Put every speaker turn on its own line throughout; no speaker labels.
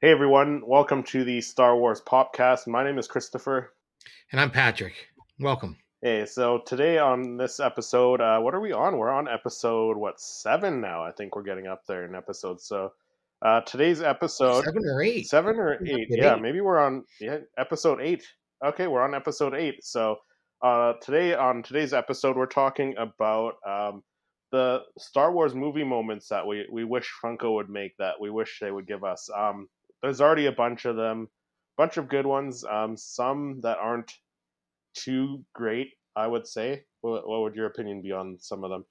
Hey everyone, welcome to the Star Wars Popcast. My name is Christopher.
And I'm Patrick. Welcome.
Hey, so today on this episode, uh, what are we on? We're on episode what seven now? I think we're getting up there in episodes. So uh, today's episode
Seven or eight.
seven or
Yeah,
eight,
it
yeah,
is.
maybe we're on yeah, episode eight. Okay, we're on episode eight. So uh, today on today's episode, we're talking about um, the Star Wars movie moments that we we wish Funko would make that we wish they would give us. Um, there's already a bunch of them, bunch of good ones. Um, some that aren't too great, I would say. What, what would your opinion be on some of them?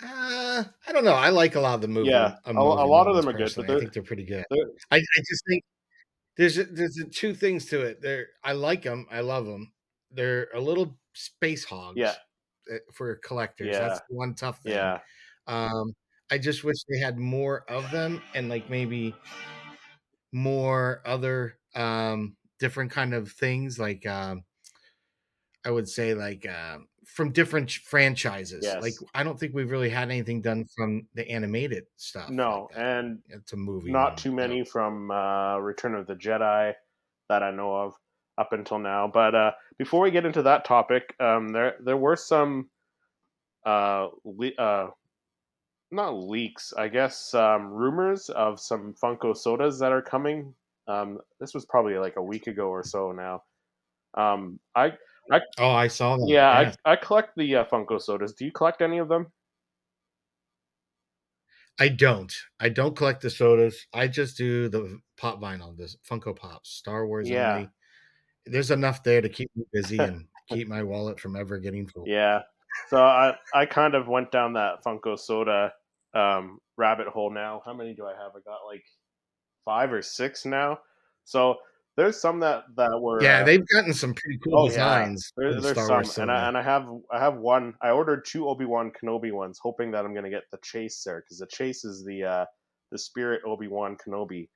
Uh, I don't know. I like a lot of the movie.
Yeah,
uh,
a- a
movie
lot of
moments
them are good, but
personally.
they're-
I think they're pretty good.
they're-
I, I just think there's there's two things to it. There, I like them. I love them. They're a little space hogs.
Yeah.
uh, For collectors,
Yeah.
that's one tough thing.
Yeah,
Um, I just wish they had more of them and like maybe more other um different kind of things like um I would say like um from different ch- franchises. Like
Yes.
I don't think we've really had anything done from the animated stuff. like
no,
that.
and
it's a movie.
not
one,
too
no.
many from uh, Return of the Jedi that I know of up until now. But uh, before we get into that topic, um, there there were some uh, le- uh, not leaks, I guess, um, rumors of some Funko sodas that are coming. Um, this was probably like a week ago or so now. Um, I
Oh, I saw that.
yeah,
yes.
I, I collect the uh, Funko sodas. Do you collect any of them?
I, don't. I don't collect the sodas. I just do the pop vinyl, the Funko Pops, Star Wars
Yeah.
only. There's enough there to keep me busy and keep my wallet from ever getting full.
Yeah. So I, I kind of went down that Funko Soda um, rabbit hole now. How many do I have? I got like five or six now. So there's some that that were
Yeah,
uh,
they've gotten some pretty cool
oh, yeah.
designs.
there-
for the
there's
Star
some,
Wars
and
soda.
I and I have I have one. I ordered two Obi Wan Kenobi ones, hoping that I'm gonna get the chase there because the chase is the uh, the spirit Obi Wan Kenobi.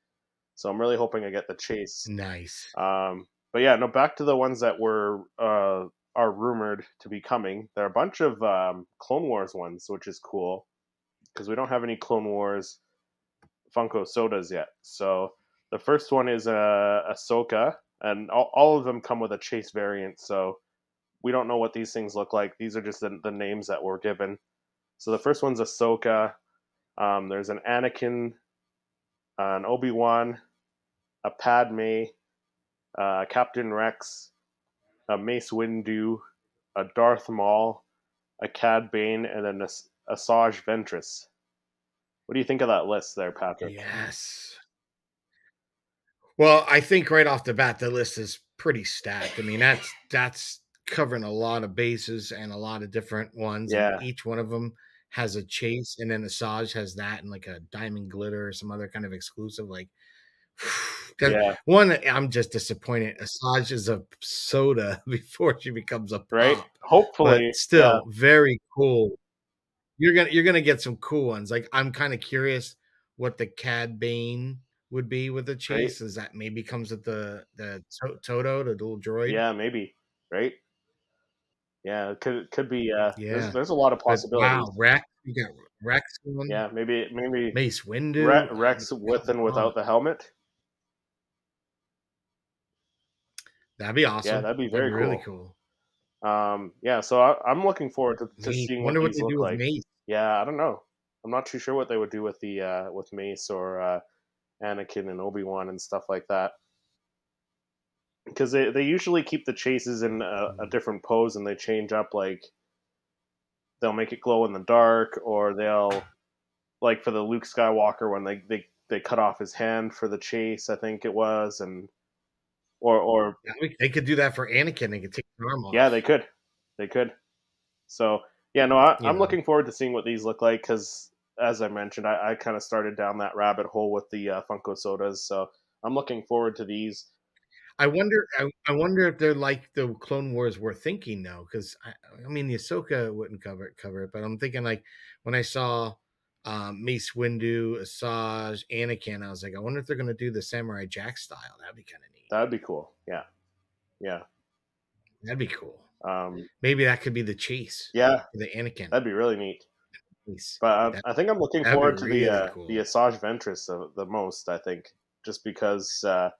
So I'm really hoping I get the chase.
nice.
Um, but yeah, no. Back to the ones that were uh, are rumored to be coming. There are a bunch of um, Clone Wars ones, which is cool because we don't have any Clone Wars Funko sodas yet. So the first one is uh, Ahsoka, and all, all of them come with a chase variant. So we don't know what these things look like. These are just the, the names that were given. So the first one's Ahsoka. Um, there's an Anakin, uh, an Obi Wan, a Padme, uh, Captain Rex, a Mace Windu, a Darth Maul, a Cad Bane, and an As- Asajj Ventress. What do you think of that list there, Patrick?
Yes. Well, I think right off the bat the list is pretty stacked. I mean, that's that's covering a lot of bases and a lot of different ones. and Each one of them has a chase, and then Asajj has that and like a diamond glitter or some other kind of exclusive. Like 'cause
Yeah,
one, eh, I'm just disappointed. Asajj is a soda before she becomes a
right.
pop.
Hopefully,
Oh, but still very cool. You're gonna you're gonna get some cool ones. Like I'm kind of curious what the Cad Bane would be with the chase. Is that maybe comes with the the to- Toto, the little droid?
yeah, maybe, right? Yeah, it could could be. Uh,
Yeah.
there's, there's a lot of
But
possibilities.
wow, Rex. You got Rex one.
Yeah, maybe maybe
Mace Windu.
Re-
I
Rex
mean,
with
come
and
on.
without the helmet.
That'd be awesome.
that'd be very
really cool.
Um, yeah, so I, I'm looking forward to, to
Mace.
seeing what
Wonder what
these
they
look
do
like.
with Mace.
Yeah, I don't know. I'm not too sure what they would do with the uh, with Mace or uh, Anakin and Obi Wan and stuff like that. Because they, they usually keep the chases in a,
Mm-hmm.
a different pose and they change up like they'll make it glow in the dark or they'll like for the Luke Skywalker when they they, they cut off his hand for the chase I think it was and or or
Yeah, we- They could do that for Anakin. They could take his arm off.
yeah, they could. They could. So, yeah, no, I,
You
I'm
know.
looking forward to seeing what these look like because, as I mentioned, I, I kind of started down that rabbit hole with the uh, Funko sodas. So, I'm looking forward to these.
I wonder. I, I wonder if they're like the Clone Wars were thinking though, because I, I mean, the Ahsoka wouldn't cover it, cover it, but I'm thinking like when I saw um, Mace Windu, Asajj, Anakin, I was like, I wonder if they're gonna do the Samurai Jack style. That'd be kind of neat.
That would be cool. Yeah. Yeah.
That'd be cool.
Um,
Maybe that could be the chase
yeah,
for the Anakin.
that'd be really neat.
Nice.
But uh, I, I think I'm looking
that'd be
forward to
really
the uh,
cool.
the Asajj Ventress the, the most. I think just because uh,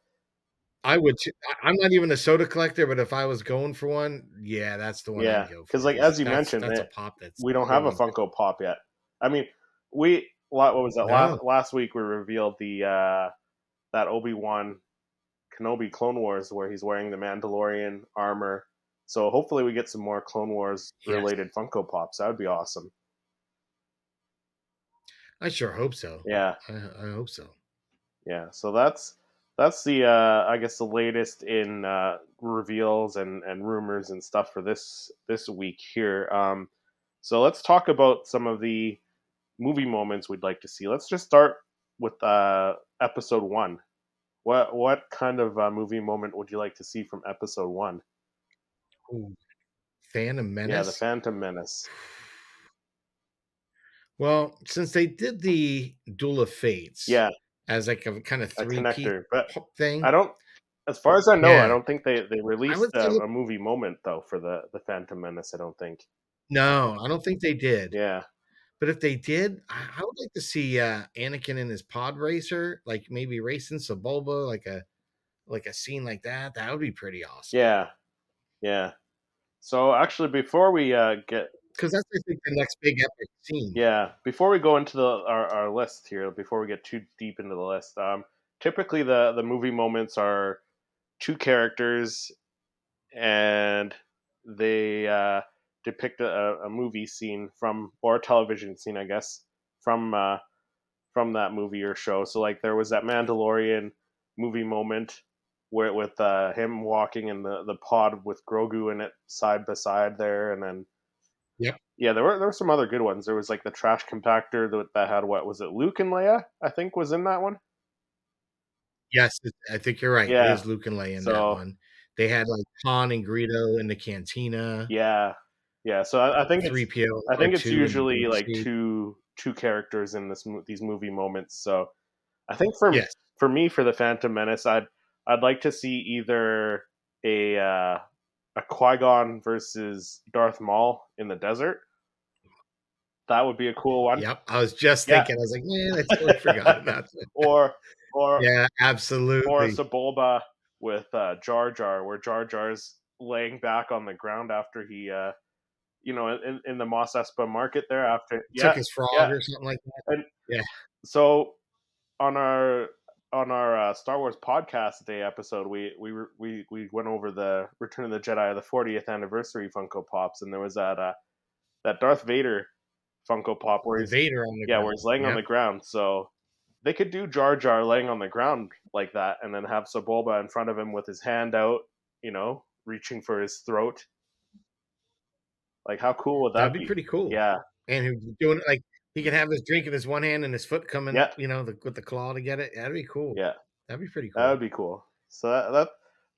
I would. too. I- I'm not even a soda collector, but if I was going for one, yeah, that's the one. I'd
Yeah,
go for,
'cause, like, as you mentioned,
that's
it-
a pop. That's
we don't have a
going.
Funko Pop yet. I mean, we what, what was that
No.
last, last week? We revealed the uh, that Obi Wan Kenobi Clone Wars where he's wearing the Mandalorian armor. So hopefully we get some more Clone Wars
Yes.
related Funko Pops. That would be awesome.
I sure hope so.
Yeah,
I, I hope so.
yeah. So that's that's the uh, I guess the latest in uh, reveals and, and rumors and stuff for this this week here. Um, so let's talk about some of the movie moments we'd like to see. Let's just start with uh, episode one. What what kind of uh, movie moment would you like to see from episode one?
Ooh. Phantom Menace.
Yeah, the Phantom Menace.
well, since they did the Duel of Fates,
Yeah,
as like a kind of
a
three piece
connector. But
thing.
I don't, as far as I know,
Yeah.
I don't think they they released
would
a,
say-
a movie moment though for the the Phantom Menace. I don't think.
No, I don't think they did.
Yeah.
But if they did, I, I would like to see uh, Anakin in his pod racer, like maybe racing some Bulba, like a like a scene like that. That would be pretty awesome.
Yeah, yeah. So actually, before we uh, get
because that's I think the next big epic scene.
yeah, before we go into the our, our list here, before we get too deep into the list, um, typically the the movie moments are two characters, and they uh, depict a, a movie scene from or a television scene, I guess, from uh, from that movie or show. So like there was that Mandalorian movie moment where with uh, him walking in the, the pod with Grogu in it side by side there, and then
Yep.
yeah, there were there were some other good ones. There was like the trash compactor that, that had what was it? Luke and Leia, I think, was in that one.
Uh-huh. Yes, it- I think you're right.
Yeah.
It is Luke and Leia in that
So-
one. They had like Han and Greedo in the cantina.
Yeah, yeah. So I, I think it's-
Three PO.
I think it's usually like two two characters in this mo- these movie moments. So I think for
Yes.
for me for the Phantom Menace, I'd I'd like to see either a uh, a Qui Gon versus Darth Maul in the desert. That would be a cool one.
Yep. I was just
Yeah.
thinking. I was like, man, I totally forgot about that.
Or or
Yeah,
or
absolutely.
Sebulba with uh, Jar Jar, where Jar Jar's laying back on the ground after he, uh, you know, in, in the Mos Espa market there after. Yeah.
Took his frog
yeah.
or something like that.
So on our on our uh, Star Wars podcast day episode, we we were- we we went over the Return of the Jedi, the 40th anniversary Funko Pops, and there was that uh, that Darth Vader Funko Pop where he's
Vader on the
yeah,
ground.
where he's laying on
Yep.
the ground. So they could do Jar Jar laying on the ground like that, and then have Sebulba in front of him with his hand out, you know, reaching for his throat. Like, how cool would that
That'd be pretty cool.
Yeah,
And he was doing it like he could have his drink in his one hand and his foot coming,
Yeah.
you know, the, with the claw to get it. That'd be cool.
Yeah.
That'd be pretty cool.
that would be cool. So that, that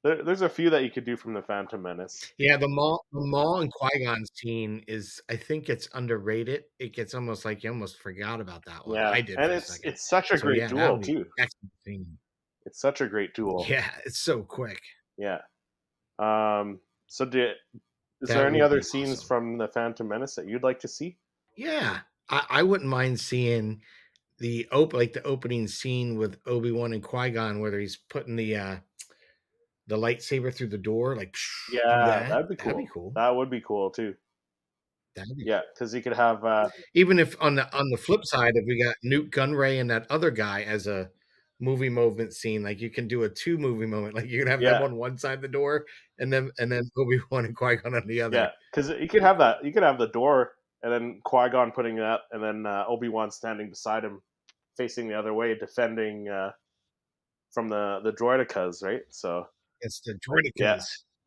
there, there's a few that you could do from the Phantom Menace.
Yeah, the Maul, the Maul and Qui Gon scene is, I think it's underrated. It gets almost like you almost forgot about that one.
Yeah,
Oh, I did.
and
for a
it's
second.
it's such a
So,
great
yeah, that
duel
would be
too.
excellent scene.
It's such a great duel.
Yeah, it's so quick.
Yeah. Um. So did. Is
That
there any
would
other
be
scenes
awesome.
from the Phantom Menace that you'd like to see?
Yeah, I, I wouldn't mind seeing the op like the opening scene with Obi Wan and Qui Gon, where he's putting the uh the lightsaber through the door, like do
Yeah, that'd be
That'd be
cool.
cool.
That would be cool too.
That'd be-
Yeah, because you could have uh,
Even if on the on the flip side, if we got Newt Gunray and that other guy as a movie moment scene, like you can do a two movie moment, like you can have
Yeah.
them on one side of the door, and then and then Obi Wan and Qui Gon on the other.
yeah, because you could have that. You could have the door, and then Qui Gon putting it up, and then uh, Obi Wan standing beside him, facing the other way, defending uh, from the the droidicas, right? So
It's the Droidicas.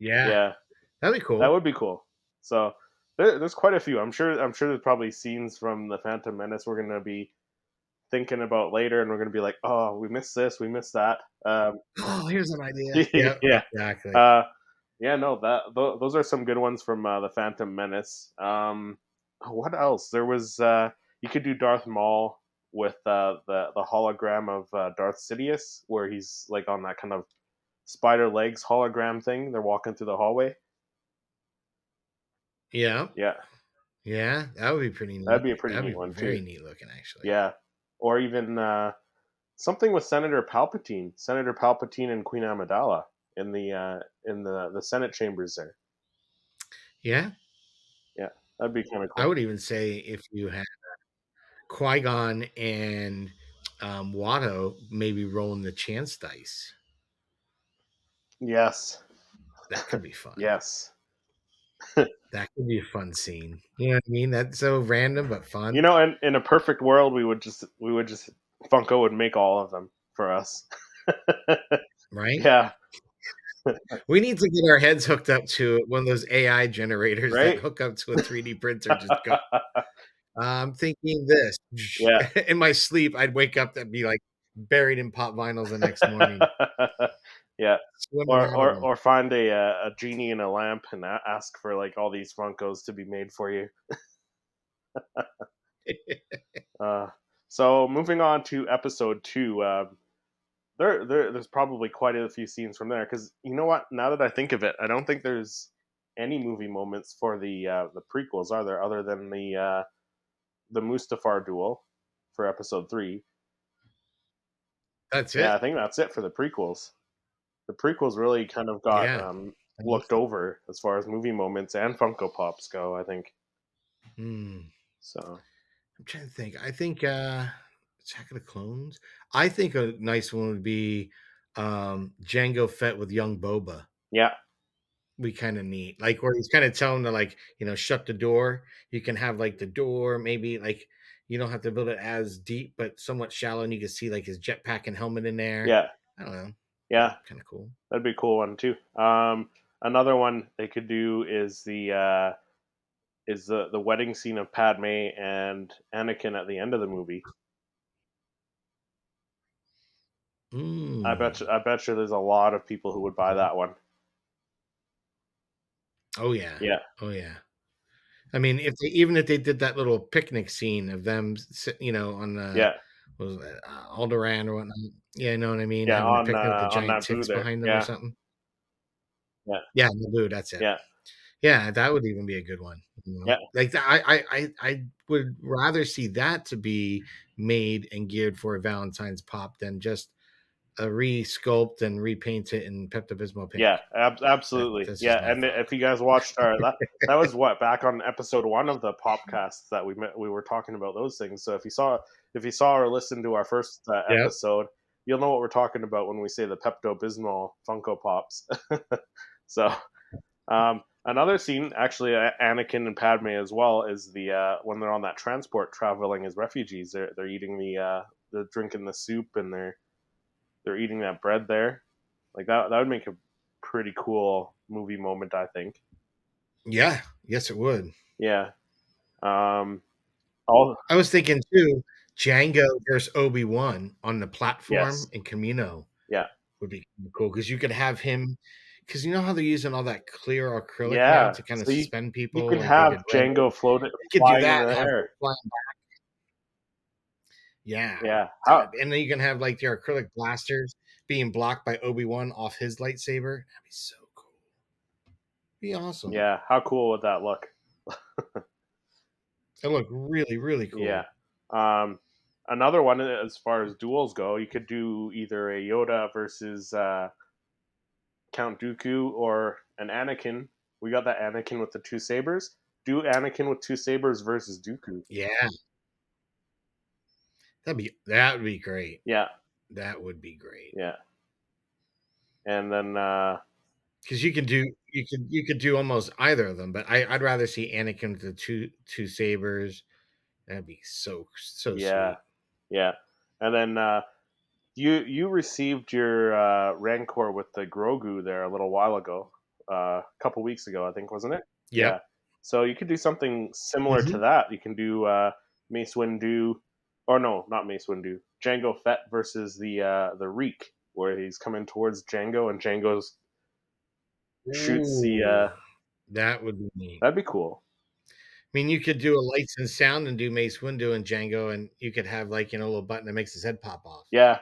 Yeah.
Yeah.
yeah,
that'd be cool.
that would be cool. So there, there's quite a few. I'm sure. I'm sure there's probably scenes from the Phantom Menace we're gonna be thinking about later, and we're gonna be like, oh, we missed this, we missed that. Um,
oh, here's an idea. yeah,
yeah.
exactly.
Uh, yeah, no, that th- those are some good ones from uh, the Phantom Menace. Um, what else? There was uh, you could do Darth Maul with uh, the the hologram of uh, Darth Sidious, where he's like on that kind of spider legs hologram thing. They're walking through the hallway.
yeah.
Yeah,
Yeah, that would be pretty. Neat.
That'd be a pretty neat one,
Very
too.
neat looking, actually.
Yeah, or even uh, something with Senator Palpatine, Senator Palpatine and Queen Amidala in the uh, in the the Senate chambers there.
Yeah,
That'd be kind of cool.
I would even say if you had Qui Gon and um, Watto maybe rolling the chance dice,
yes,
that could be fun.
yes.
that could be a fun scene. You know what I mean? That's so random but fun.
You know, in, in a perfect world, we would just we would just Funko would make all of them for us.
right?
yeah,
We need to get our heads hooked up to one of those AI generators
Right?
that hook up to a 3D printer. and Just go. I'm thinking this.
Yeah.
In my sleep, I'd wake up and be like buried in pop vinyls the next morning. Swimming
or
around
or,
in 'em.
or find a uh, a genie in a lamp and a- ask for like all these Funkos to be made for you. Uh, so moving on to episode two, uh, there, there there's probably quite a few scenes from there because you know what? Now that I think of it, I don't think there's any movie moments for the uh, the prequels, are there? Other than the uh, the Mustafar duel for episode three.
That's it.
Yeah, I think that's it for the prequels. The prequels really kind of got
Yeah.
um, looked over as far as movie moments and Funko Pops go. I think
Hmm.
so.
I'm trying to think. I think uh Attack of the Clones. I think a nice one would be um Django Fett with young Boba.
Yeah,
We kind of need like where he's kind of telling to like you know shut the door. You can have like the door maybe like you don't have to build it as deep but somewhat shallow, and you can see like his jetpack and helmet in there.
yeah,
I don't know.
yeah.
Kind of cool.
That'd be a cool one too. Um, another one they could do is the uh, is the the wedding scene of Padme and Anakin at the end of the movie. I
Mm.
bet you, I bet you there's a lot of people who would buy that one.
Oh yeah.
Yeah.
Oh yeah. I mean, if they, even if they did that little picnic scene of them, sit- you know, on the
yeah,
what was that, uh, Alderaan or whatnot. Yeah, you know what I mean.
Yeah,
Having to
on,
pick up
uh, on
the giant
Naboo
ticks
there.
behind them
Yeah.
or something.
Yeah.
yeah, Naboo. That's it.
Yeah.
yeah, that would even be a good one. you know?
Yeah.
like th- I, I, I, I would rather see that to be made and geared for a Valentine's pop than just a re-sculpt and repaint it in Pepto Bismol paint.
yeah, ab- absolutely.
That's just
yeah,
my
and
thought.
if you guys watched our that that was what back on episode one of the podcasts that we met, we were talking about those things. So if you saw if you saw or listened to our first uh,
Yep.
episode, you'll know what we're talking about when we say the Pepto Bismol Funko Pops. so um, another scene, actually, uh, Anakin and Padme as well, is the uh, when they're on that transport traveling as refugees. They're they're eating the uh, they're drinking the soup and they're they're eating that bread there. Like that that would make a pretty cool movie moment, I think.
yeah, yes, it would.
Yeah. Um, all
I was thinking too, Django versus Obi Wan on the platform
Yes.
in Camino.
Yeah.
would be kinda cool because you could have him. Because you know how they're using all that clear acrylic now
Yeah,
to kind of
so you-
suspend people.
you could
and they
have
could, like,
Django floating
could do
flying
that,
in the
have-
air.
flying back. Yeah, uh,
Yeah. Ah. How,
and then you can have like their acrylic blasters being blocked by Obi Wan off his lightsaber. That'd be so cool. Be awesome.
yeah. How cool would that look?
it looked really really cool.
Yeah. Um, another one uh, as far as duels go, you could do either a Yoda versus uh, Count Dooku or an Anakin. We got that Anakin with the two sabers. Do Anakin with two sabers versus Dooku.
yeah, that'd be that would be great.
Yeah,
That would be great.
yeah. And then uh,
because you can do you could you could do almost either of them but I, i'd rather see anakin with the two two sabers that'd be so so
yeah,
sweet
yeah. And then uh, you you received your uh, Rancor with the Grogu there a little while ago, uh, a couple weeks ago, I think, wasn't it?
yeah
So you could do something similar
Mm-hmm.
to that. You can do uh, Mace Windu, or no, not Mace Windu, Django Fett versus the uh, the Reek, where he's coming towards Django and Django's. shoots the, uh,
Ooh, that would be neat i
That'd be cool.
mean you could do a lights and sound and do mace windu and django and you could have like you know a little button that makes his head pop off
Yeah.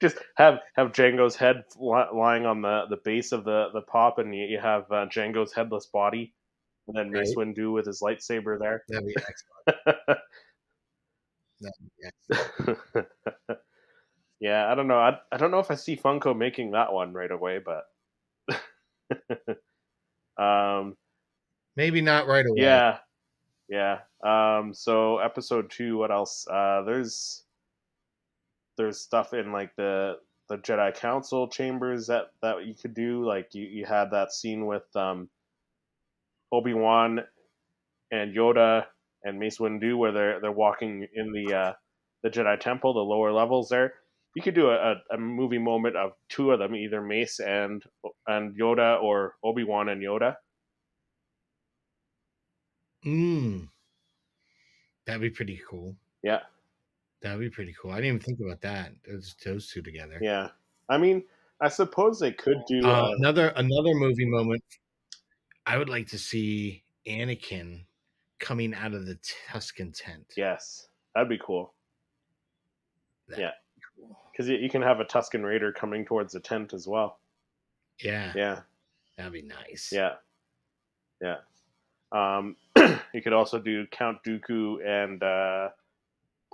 just have have Django's head li- lying on the, the base of the, the pop, and you, you have uh, Django's headless body, and then Mace Windu with his lightsaber there.
That'd be excellent. That'd be excellent.
yeah, I don't know. I, I don't know if I see Funko making that one right away, but um,
Maybe not right away.
yeah, yeah. Um, so episode two, what else? Uh, there's there's stuff in like the the Jedi Council chambers that that you could do. Like you you had that scene with um Obi Wan and Yoda and Mace Windu where they're they're walking in the uh, the Jedi Temple, the lower levels there. You could do a, a, a movie moment of two of them, either Mace and and Yoda or Obi Wan and Yoda.
Mm. That'd be pretty cool.
Yeah.
That'd be pretty cool. I didn't even think about that. Those those two together.
Yeah, I mean, I suppose they could do.
Uh,
Uh,
another another movie moment. I would like to see Anakin coming out of the Tuscan tent.
yes, that'd be cool
Cool.
because you, you can have a Tuscan Raider coming towards the tent as well.
Yeah,
Yeah,
that'd be nice.
yeah, yeah. Um, you could also do Count Dooku and uh,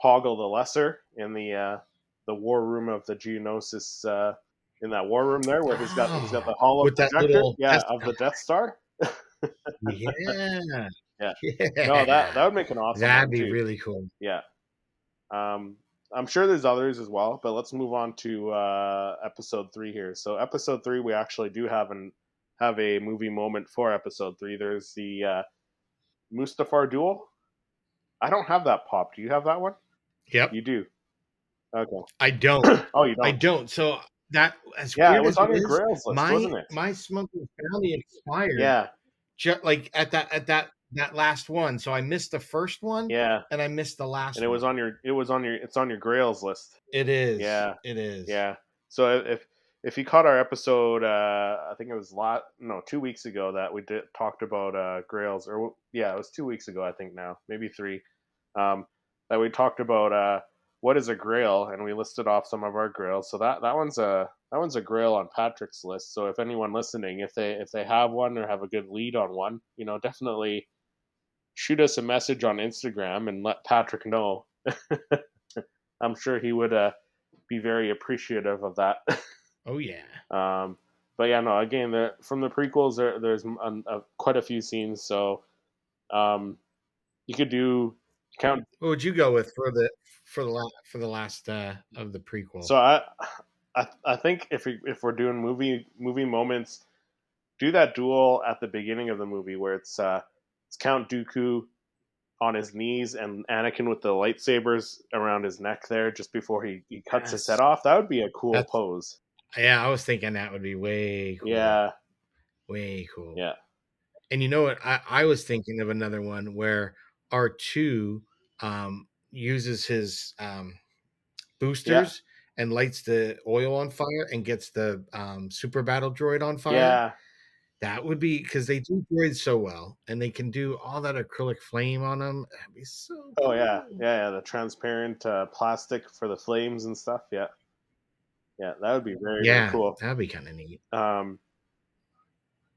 Poggle the Lesser in the uh, the war room of the Geonosis. Uh, in that war room there, where he's got he's got the hollow
With that
projector,
little
yeah,
Death
of the Death Star.
yeah,
Yeah.
yeah.
No, that that would make an awesome.
that'd
one,
be
too.
really cool.
Yeah. Um, I'm sure there's others as well, but let's move on to uh, episode three here. So episode three, we actually do have an have a movie moment for episode three. There's the uh, Mustafar duel. I don't have that pop. Do you have that one?
Yep,
You do. Okay.
I don't.
Oh, you
I
don't.
don't. So that as
Yeah,
weird
it was
as
on your
is,
Grails list,
my
wasn't it?
my smuggler's bounty expired.
Yeah,
ju- like at that at that that last one. So I missed the first one.
yeah.
and I missed the last.
And it was
one.
on your it was on your it's on your Grails list.
It is.
Yeah.
It is.
Yeah. So i- if if you caught our episode, uh, I think it was lot no two weeks ago that we did talked about uh, Grails, or yeah, it was two weeks ago I think now, maybe three, um, that we talked about uh, what is a Grail, and we listed off some of our Grails. So that that one's a that one's a Grail on Patrick's list. So if anyone listening, if they if they have one or have a good lead on one, you know, definitely shoot us a message on Instagram and let Patrick know. I'm sure he would. Uh, be very appreciative of that.
Oh yeah.
um, but yeah, no, again, the, from the prequels, there, there's um, uh, quite a few scenes, so um, you could do count.
What would you go with for the for the last for the last uh of the prequel?
So I, I, I think if we, if we're doing movie movie moments, do that duel at the beginning of the movie where it's uh, it's Count Dooku on his knees and Anakin with the lightsabers around his neck there just before he, he cuts his
Yes.
head off. That would be a cool
That's-
pose.
yeah, I was thinking that would be way cool.
Yeah,
Way cool.
Yeah.
And you know what? I I was thinking of another one where R two um uses his um boosters. And lights the oil on fire and gets the um, super battle droid on fire.
yeah.
That would be because they do droids so well, and they can do all that acrylic flame on them. That'd be so.
Oh yeah,
cool.
yeah, yeah. The transparent uh, plastic for the flames and stuff. Yeah, yeah, that would be very, very
yeah,
cool.
that'd be kind of neat.
Um,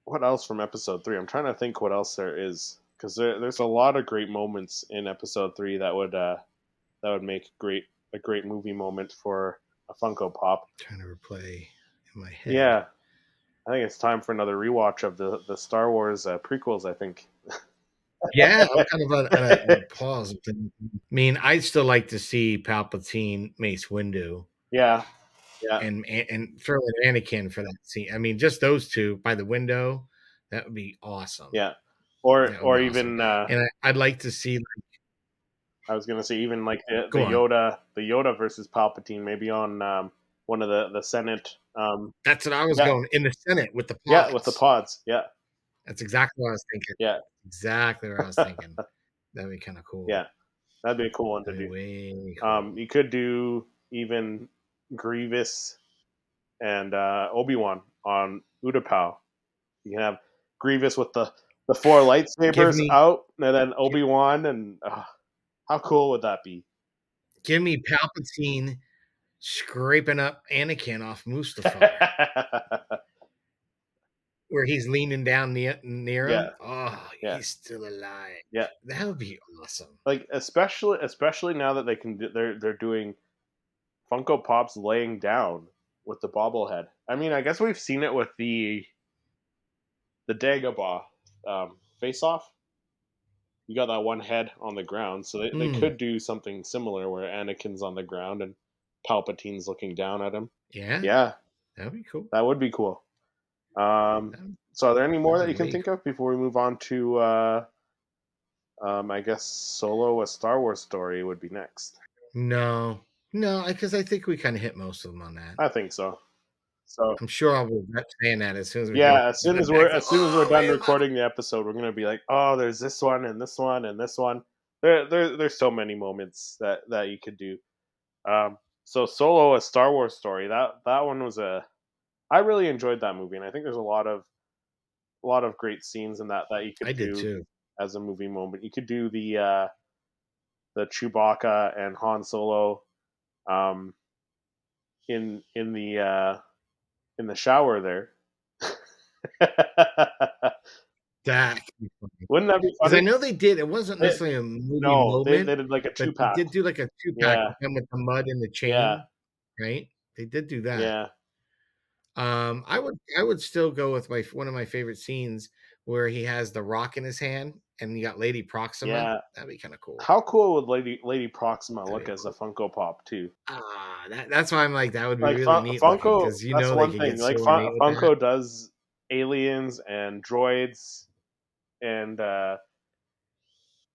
what else from episode three? I'm trying to think what else there is because there, there's a lot of great moments in episode three that would uh, that would make great a great movie moment for a Funko Pop.
trying to replay in my
Yeah.
head.
I think it's time for another rewatch of the the Star Wars uh, prequels. I think.
yeah, I'm kind of on a, a pause. I mean, I'd still like to see Palpatine, Mace Windu,
Yeah,
and and throw in Anakin for that scene. I mean, just those two by the window, that would be awesome.
yeah. Or
That would
or
be
even uh,
and I, I'd like to see
I was gonna say even like the, the
Go on.
Yoda, the Yoda versus Palpatine, maybe on um, one of the the Senate. Um,
that's what I was
Yeah.
going in the Senate with the pods.
yeah, with the pods. Yeah,
That's exactly what I was thinking.
Yeah.
Exactly what I was thinking. That'd be kind of cool.
Yeah, that'd be a cool one to
That'd be
do.
way cool.
Um, you could do even Grievous and uh, Obi Wan on Utapau. You can have Grievous with the the four lightsabers
me-
out, and then Obi Wan, and uh, how cool would that be?
Give me Palpatine scraping up Anakin off Mustafar, where he's leaning down near, near him. Oh,
Yeah.
he's still alive.
Yeah.
that would be awesome.
like especially especially now that they can do, they're they're doing Funko Pops laying down with the bobblehead. I mean, I guess we've seen it with the the Dagobah um, face off. You got that one head on the ground, so they, they
Hmm.
could do something similar where Anakin's on the ground and Palpatine's looking down at him.
Yeah,
Yeah,
that'd be cool.
that would be cool. Um,
That'd-
so, are there any more
That'd
that you
be
can
neat.
think of before we move on to, uh, um, I guess, solo a Star Wars story would be next.
No, no, because I think we kind of hit most of them on that.
I think so. So,
I'm sure I'll regret saying that as soon as we
yeah,
go-
as soon as we're as soon as we're
Oh,
done
yeah.
recording the episode, we're gonna be like, oh, there's this one and this one and this one. There, there there's so many moments that that you could do. Um, so, solo a Star Wars story that that one was a, I really enjoyed that movie, and I think there's a lot of, a lot of great scenes in that that you could
I did
do.
too.
as a movie moment. You could do the uh, the Chewbacca and Han Solo um, in in the uh, in the shower there.
That
Wouldn't that be
because I
funny?
know they did. It wasn't
They-
necessarily a movie
No,
moment.
they, they did like a two
but
pack.
they did do like a two pack
Yeah.
with them with the mud and the chain,
Yeah.
right? They did do that.
Yeah,
Um, I would I would still go with my one of my favorite scenes where he has the rock in his hand and you got Lady Proxima.
Yeah.
That'd be kind of cool.
how cool would Lady Lady Proxima
That'd
look
be
as a Funko Pop too?
Ah, that, that's why I'm like that would be
Like
really
Fun-
neat
Funko,
because you
that's
know
one
they
thing.
can get
Like
so
Fun-
ornate with that.
Funko does aliens and droids, and uh,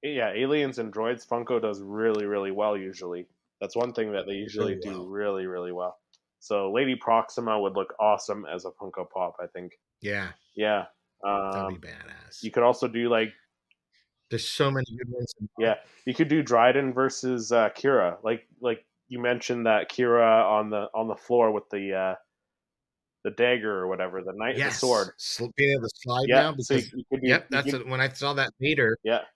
yeah, aliens and droids. Funko does really, really well. Usually, that's one thing that they usually
Really
do
well.
really, really well. So Lady Proxima would look awesome as a Funko Pop. I think.
Yeah,
Yeah.
that'd
Um,
be badass.
you could also do like
There's so many good ones. in-
Yeah. you could do Dryden versus uh, Kira. Like like you mentioned that Kira on the on the floor with the uh, the dagger or whatever the knight
Yes.
the sword.
Sl- being able to slide
Yeah,
now
so you,
because
you could do,
yep,
you
that's
could-
it. when I saw that later.
yeah.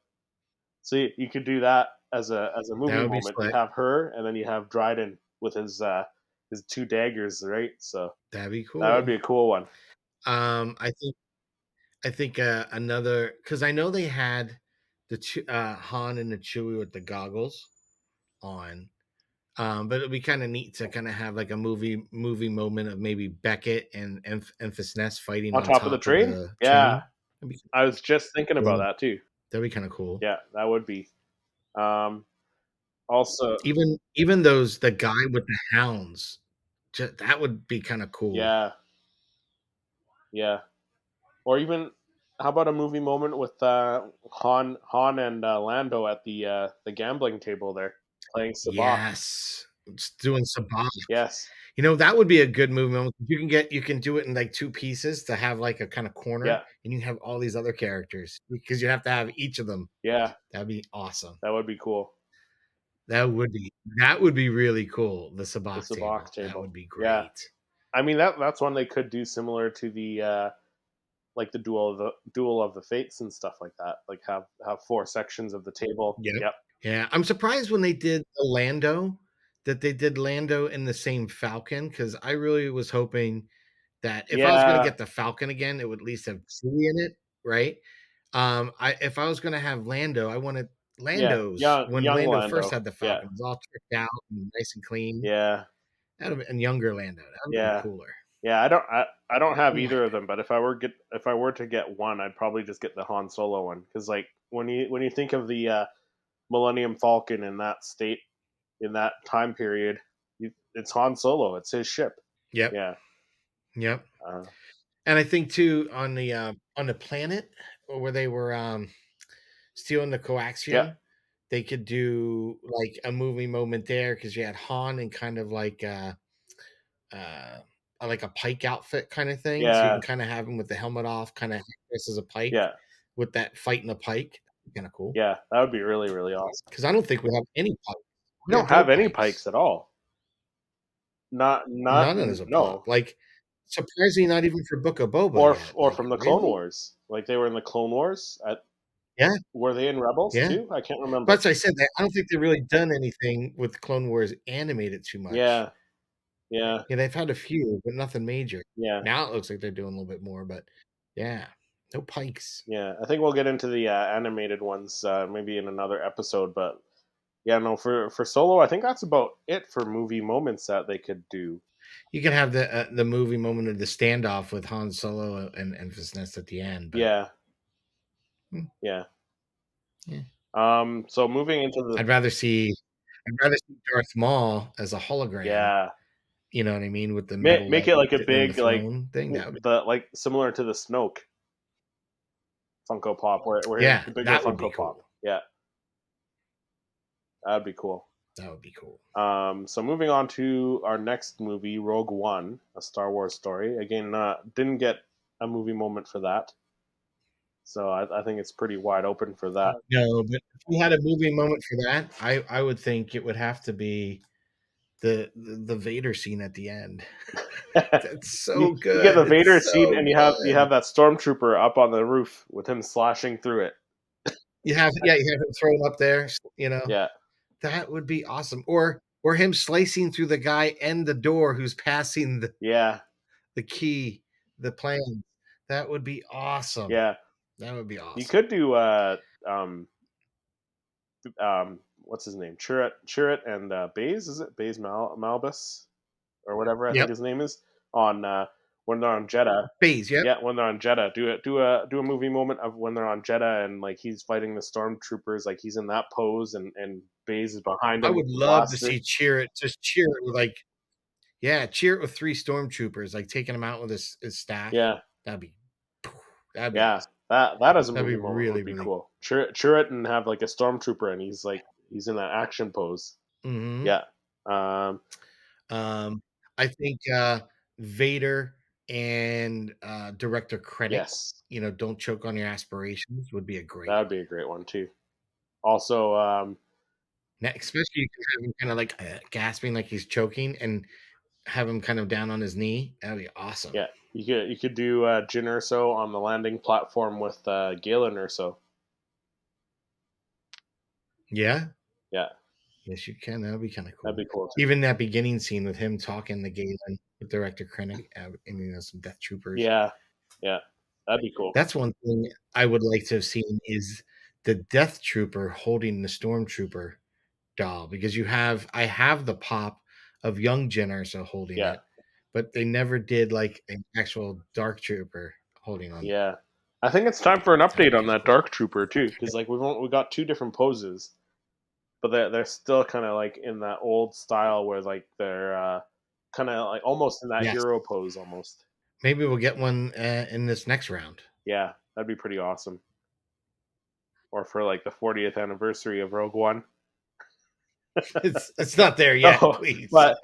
So you, you could do that as a as a movie
would be
moment. You
slick.
have her, and then you have Dryden with his uh his two daggers, right? So
That'd be cool.
that would be a cool one.
Um, I think, I think uh, another because I know they had the Chew- uh, Han and the Chewie with the goggles on, um, but it'd be kind of neat to kind of have like a movie movie moment of maybe Beckett and Emph- Memphis Nest fighting
On top of the train? Yeah.
That'd be,
I was just thinking about
Mm.
that too.
that'd be kind of cool.
Yeah, that would be. Um, also,
Even even those the guy with the hounds, ju- that would be kind of cool.
yeah, yeah, or even how about a movie moment with uh, Han Han and uh, Lando at the uh, the gambling table there playing Sabacc.
Yes. It's doing Sabat.
Yes.
You know, that would be a good movie moment. You can get you can do it in like two pieces to have like a kind of corner
Yeah.
and you have all these other characters because you have to have each of them.
Yeah,
That'd be awesome.
that would be cool.
That would be that would be really cool. The
Sabacc
Sabak, table.
table.
That would be great.
Yeah. I mean that that's one they could do similar to the uh, like the duel of the duel of the fates and stuff like that. Like have have four sections of the table.
Yep.
Yep.
Yeah, I'm surprised when they did the Lando that they did Lando in the same Falcon because I really was hoping that if I was going
Yeah.
to get the Falcon again, it would at least have Chewie in it, right? Um, I if I was going to have Lando, I wanted Lando's
young-
when
young
Lando,
Lando,
first had the
yeah.
Falcon, it was all tricked out and nice and clean.
Yeah.
That'd have- and younger Lando, that would
Yeah.
be cooler.
Yeah. I don't I, I don't have
Ooh.
either of them, but if I were get if I were to get one, I'd probably just get the Han Solo one because like when you when you think of the uh, Millennium Falcon in that state in that time period, you, it's Han Solo. It's his ship.
Yep,
Yeah.
yep.
Uh,
And I think too on the
Mm.
uh, on the planet where they were um, stealing the coaxium,
Yeah.
they could do like a movie moment there because you had Han and kind of like uh, uh, like a pike outfit kind of thing. So you
Yeah.
can kind of have him with the helmet off, kind of this is a pike
yeah.
with that fighting a pike. Kind of cool.
Yeah. That would be really really awesome.
Because I don't think we have any pike.
We don't have any pikes at all. Not not
None of those are
no,
pike. Like surprisingly, not even for Book of Boba.
or
yet,
or
like,
from the Clone
really?
Wars. Like they were in the Clone Wars. At,
Yeah.
were they in Rebels
Yeah.
too? I can't remember.
But as I said, that I don't think they've really done anything with Clone Wars animated too much.
yeah, Yeah,
Yeah, they've had a few, but nothing major.
yeah,
Now it looks like they're doing a little bit more, but yeah, no pikes.
yeah. I think we'll get into the uh, animated ones uh, maybe in another episode, but yeah, no. For for Solo, I think that's about it for movie moments that they could do.
You can have the uh, the movie moment of the standoff with Han Solo and and Fisness at the end. But
Yeah,
Hmm.
yeah,
Yeah.
Um. So moving into the
I'd rather see I'd rather see Darth Maul as a hologram.
yeah,
you know what I mean with the
Ma-
metal
make it like a
and the
big, like,
throne thing. That would,
the like similar to the Snoke Funko Pop, where where
Yeah,
it's a bigger
that would
Funko
be
Pop.
cool.
Yeah, that'd be cool.
that would be cool.
Um, so moving on to our next movie, Rogue One, a Star Wars story. Again, uh, didn't get a movie moment for that, so I, I think it's pretty wide open for that.
No, but if we had a movie moment for that, I I would think it would have to be the the, the Vader scene at the end. That's so
you,
good.
you get the
It's
Vader
so
scene, and you have you
good.
have that stormtrooper up on the roof with him slashing through it.
you have yeah you have him thrown up there. You know
Yeah,
that would be awesome. Or or him slicing through the guy and the door who's passing the
yeah,
the key, the plans. That would be awesome.
yeah.
that would be Oh, awesome.
You could do uh um um what's his name? Chirrut Chirrut and uh Baze, is it? Baze Mal- Malbus or whatever I
Yep.
think his name is on uh when they're on Jeddah.
Phase, yeah.
Yeah, when they're on Jeddah. Do a do a do a movie moment of when they're on Jeddah and like he's fighting the stormtroopers, like he's in that pose and and Baze is behind him.
I would
with
love to
blaster.
see cheer it, just cheer it with like, yeah, cheer it with three stormtroopers, like taking him out with his, his staff.
Yeah,
that'd be, that'd be
yeah. That that is a
That'd
movie
be
moment
really,
would be
really-
cool. Chirrut Chirrut and have like a stormtrooper and he's like he's in that action pose.
mhm.
Yeah. Um
Um, I think uh, Vader and uh, director credit.
yes.
You know, don't choke on your aspirations would be a great,
That would be a great one too. Also, um,
Ne- especially you can have him kind of like uh, gasping, like he's choking, and have him kind of down on his knee. That'd be awesome.
Yeah. you could you could do uh, Jin Urso on the landing platform with uh, Galen Urso.
yeah,
Yeah.
Yes, you can. That'd be kind of cool.
That'd be cool. Too.
even that beginning scene with him talking to Galen with director Krennic uh, and you know some death troopers.
Yeah, yeah, that'd be cool.
that's one thing I would like to have seen is the death trooper holding the stormtrooper doll because you have I have the pop of young Jyn Erso holding
Yeah.
it, but they never did like an actual dark trooper holding on.
Yeah, I think it's time for an update on that Dark Trooper too, because like we've only, we got two different poses, but they're they're still kind of like in that old style where like they're uh, kind of like almost in that
Yes.
hero pose almost.
Maybe we'll get one uh, in this next round.
Yeah, that'd be pretty awesome. Or for like the 40th anniversary of Rogue One.
It's it's not there yet,
No,
please.
but-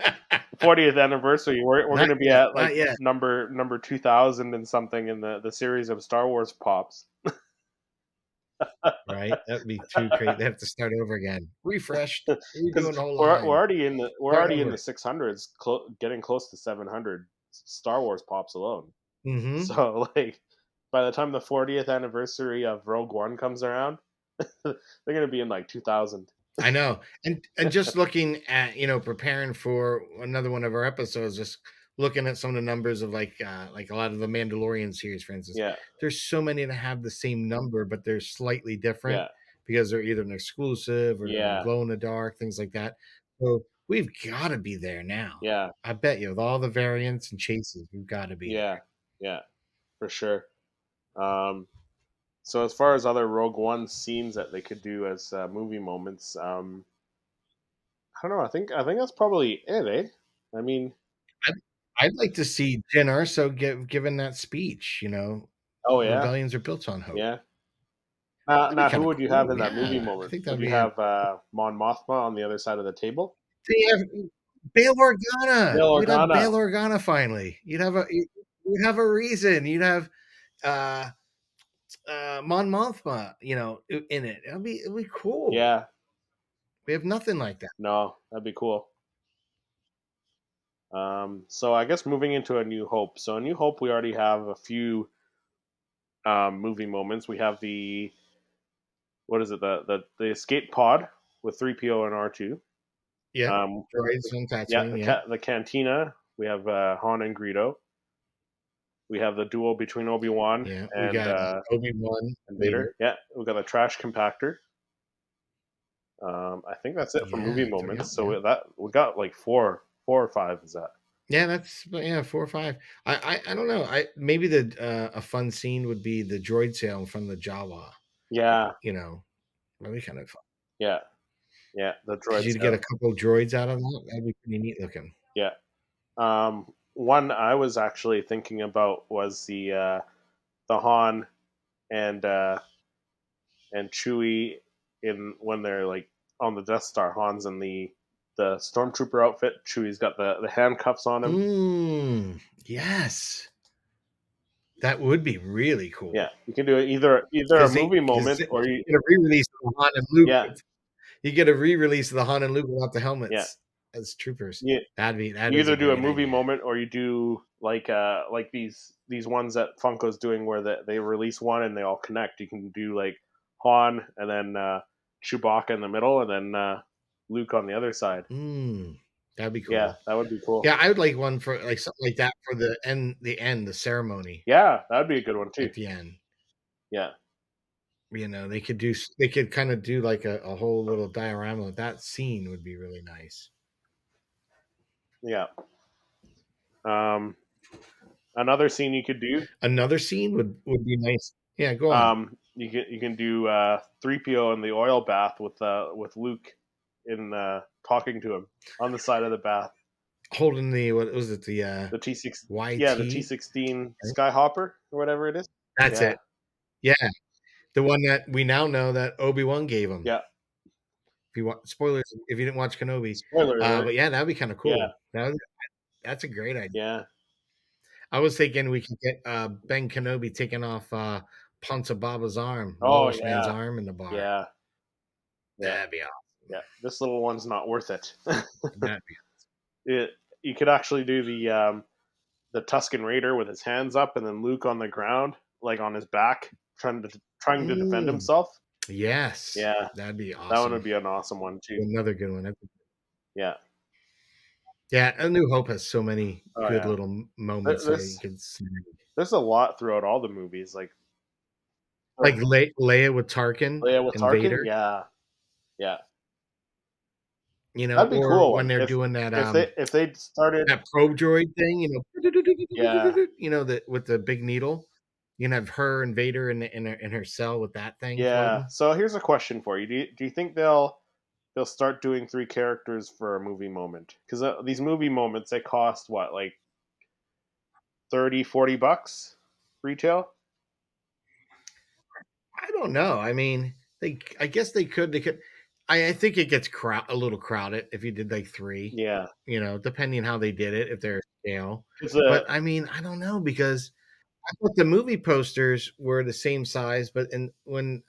40th anniversary. We're, we're going
Not
to be
yet,
at like
not yet.
number number 2000 and something in the, the series of Star Wars pops.
right, that'd be too crazy. They have to start over again, refreshed, redoing
'Cause
the whole
We're,
line.
we're already in the we're
Start
already in
over.
the 600s, clo- getting close to 700 Star Wars pops alone.
Mhm.
So like by the time the 40th anniversary of Rogue One comes around, they're going to be in like 2000.
I know. And and just looking at, you know, preparing for another one of our episodes, just looking at some of the numbers of like uh like a lot of the Mandalorian series, for instance.
Yeah,
There's so many that have the same number, but they're slightly different
yeah,
because they're either an exclusive or
Yeah.
glow in the dark, things like that. So we've gotta be there now.
yeah,
I bet you with all the variants and chases, we've gotta be
yeah, yeah, for sure. Um, So as far as other Rogue One scenes that they could do as uh, movie moments, um, I don't know. I think I think that's probably it. Eh? I mean,
I'd like to see Jen Erso give given that speech, you know.
oh yeah,
Rebellions are built on hope.
yeah. Now,
be
now Oh. who
kinda
would you
cool,
have in that movie
yeah. I
moment?
think that'd
would you
be a-
have uh, Mon Mothma on the other side of the table?
They have Bail Organa.
Bail
You'd have
Organa.
Bail Organa finally. You'd have a you- you'd have a reason. You'd have uh uh Mon Mothma, you know, i- in it. It'll be it'll be cool.
Yeah,
We have nothing like that.
no, that'd be cool. Um, so I guess moving into a New Hope. So a New Hope, we already have a few um, movie moments. We have the what is it the the, the escape pod with three PO and R two.
Yeah.
Um,
droids from Tatooine.
yeah, the,
yeah.
Ca- the cantina. We have uh, Han and Greedo. We have the duel between Obi Wan
Yeah, we
and
got
uh,
Obi Wan
and Vader. Yeah, we got a trash compactor. Um, I think that's it for
Yeah,
movie
I forgot,
moments. So
yeah.
we- that we got like four, four or five. Is that?
Yeah, that's but yeah, four or five. I I, I don't know. I maybe the uh, a fun scene would be the droid sale from the Jawa.
Yeah,
You know, that'd be kind of fun.
yeah, yeah. The droids.
You'd get a couple of droids out of that. That'd be pretty neat looking.
Um, one I was actually thinking about was the uh, the Han and uh, and Chewie in when they're like on the Death Star. Han's in the the stormtrooper outfit. Chewie's got the, the handcuffs on him.
Mm, yes, that would be really cool.
Yeah, you can do it either either a
'Cause they-
movie
'cause
moment
they-
or you,
You get a re-release of Han and Luke.
Yeah.
with- You get a re-release of the Han and Luke without the helmets
Yeah.
as troopers.
Yeah.
That'd be that'd
you either do a
great
movie
idea.
moment or you do like uh like these these ones that Funko's doing where that they release one and they all connect. You can do like Han and then uh, Chewbacca in the middle and then uh, Luke on the other side.
Mm, that'd be cool.
Yeah, that would be cool.
Yeah, I would like one for like something like that for the end, the end, the ceremony
yeah, that would be a good one too.
at the end.
Yeah,
You know, they could do, s- they could kind of do like a, a whole little diorama. That scene would be really nice.
yeah. Um, another scene you could do.
Another scene would would be nice. Yeah, go on.
Um, you can you can do uh three PO in the oil bath with uh with Luke in uh talking to him on the side of the bath.
Holding the what was it? The uh,
The T six
YT.
Yeah, the T sixteen Skyhopper or whatever it is.
That's
yeah.
it. Yeah, the one that we now know that Obi Wan gave him.
Yeah.
If you want spoilers, if you didn't watch Kenobi,
Spoiler
uh,
alert.
but yeah, that'd be kind of cool.
Yeah.
That would, that's a great idea.
yeah,
I was thinking we could get uh, Ben Kenobi taking off uh, Ponta Baba's arm, the
Oh,
lowest man's
yeah.
arm in the bar.
yeah, yeah,
That'd be awesome.
yeah. This little one's not worth it.
That'd be-
it you could actually do the um, the Tuscan Raider with his hands up and then Luke on the ground, like on his back, trying to trying to defend
Mm.
himself.
yes.
Yeah.
That'd be awesome.
That one would be an awesome one too.
another good one. That'd be-
Yeah.
Yeah, A New Hope has so many
Oh,
good
yeah.
little m- moments that
this-
you can see.
There's a lot throughout all the movies, like Oh,
Like Le- Leia with Tarkin.
Leia with
and
Tarkin.
Vader.
Yeah, yeah.
You know,
That'd be
or
cool
when they're
if-
doing that
If
um,
they if they started,
that probe droid thing, you know,
Yeah.
you know, that with the big needle. You can have her and Vader in, the, in, her, in her cell with that thing.
Yeah.
floating.
So here's a question for you. Do you, do you think they'll they'll start doing three characters for a movie moment? Cuz uh, these movie moments they cost what like 30 40 bucks retail?
I don't know. I mean, they. I guess they could. They could. I, I think it gets crowd a little crowded if you did like three.
Yeah.
You know, depending how they did it, if they're scale.
'Cause, uh,
but I mean, I don't know because I thought the movie posters were the same size, but and when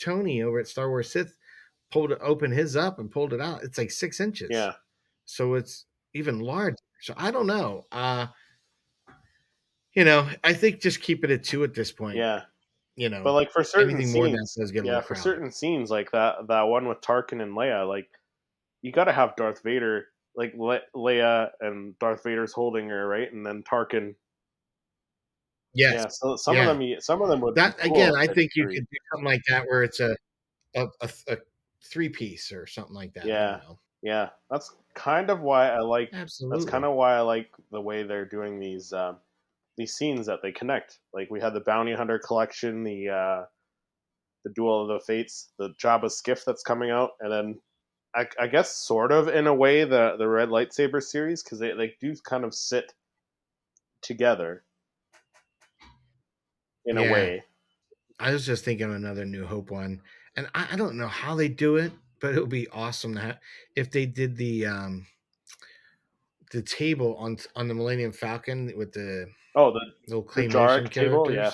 Tony over at Star Wars Sith pulled it, opened his up and pulled it out, it's like six inches.
yeah.
So it's even larger. So I don't know. Uh you know, I think just keep it at two at this point.
Yeah.
You know,
But like for certain
anything more than that
scenes,
does get a
yeah,
little
for
crowded.
certain scenes like that that one with Tarkin and Leia, like you got to have Darth Vader like Le- Leia and Darth Vader's holding her, right? And then Tarkin.
Yes.
Yeah. So some
Yeah.
of them you- some of them would be
that
cool
again
if
i
they
think you
three.
could do something like that where it's a a, a, a three piece or something like that I don't
Yeah.
know.
Yeah. That's kind of why I like
absolutely
that's kind of why I like the way they're doing these um, these scenes that they connect. Like we had the Bounty Hunter collection, the uh, the Duel of the Fates, the Jabba Skiff that's coming out, and then I, I guess sort of in a way the the Red Lightsaber series because they they do kind of sit together in a
Yeah.
way.
i was just thinking of another new hope one and I, I don't know how they do it but it would be awesome to have, if they did the um the table on on the millennium falcon with the
Oh, the
little
The
claymation
Jarrick
characters
table, yeah.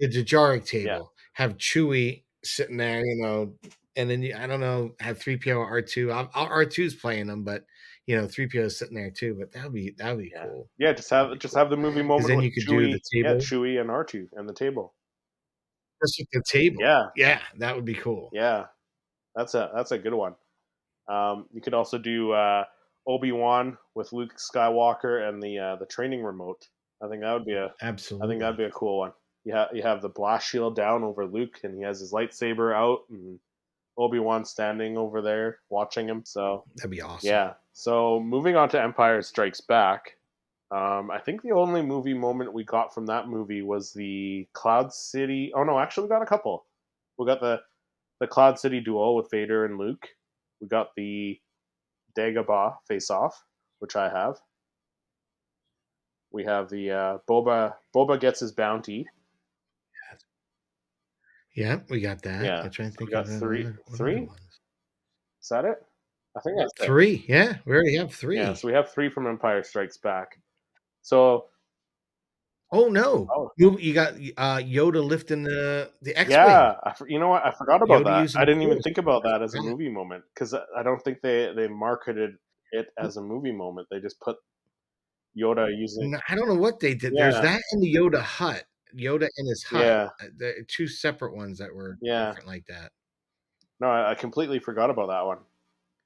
the Jajaric table
Yeah.
have chewy sitting there you know and then you, i don't know have 3po or r2 I'm- r2's playing them but you know 3po is sitting there too but that would be that would be
Yeah.
cool
yeah, just have just have the movie moment.
then
with
you could do the
Chewie- yeah,
table.
Chewie and R two and the table.
just with the table
Yeah,
yeah that would be cool
yeah, that's a that's a good one. Um, you could also do uh, Obi Wan with Luke Skywalker and the uh, the training remote. I think that would be a
Absolutely.
I think that'd be a cool one. You have you have the blast shield down over Luke, and he has his lightsaber out, and Obi Wan standing over there watching him. So
That'd be awesome.
yeah. So moving on to Empire Strikes Back, um, I think the only movie moment we got from that movie was the Cloud City. Oh no, actually, we got a couple. We got the the Cloud City duel with Vader and Luke. We got the Dagobah face off, which I have. We have the uh, Boba. Boba gets his bounty.
Yeah, we got that.
Yeah.
I'm trying to think
got
of
three-
another- what
three?
other ones.
Is that it? I think that's it.
Three. Yeah, we already have three.
Yeah, so we have three from Empire Strikes Back. So
Oh no!
Oh.
You, you got uh, Yoda lifting the the X wing.
Yeah, I, for- you know what? I forgot about
Yoda
that.
using
I didn't
the
even
force.
think about that as a
Yeah.
movie moment because I don't think they they marketed it as a movie moment. They just put Yoda using.
I don't know what they did. There's
Yeah.
that in the Yoda hut. Yoda and his hut.
Yeah.
Uh, there are two separate ones that were
Yeah.
different like that,
No, I, I completely forgot about that one.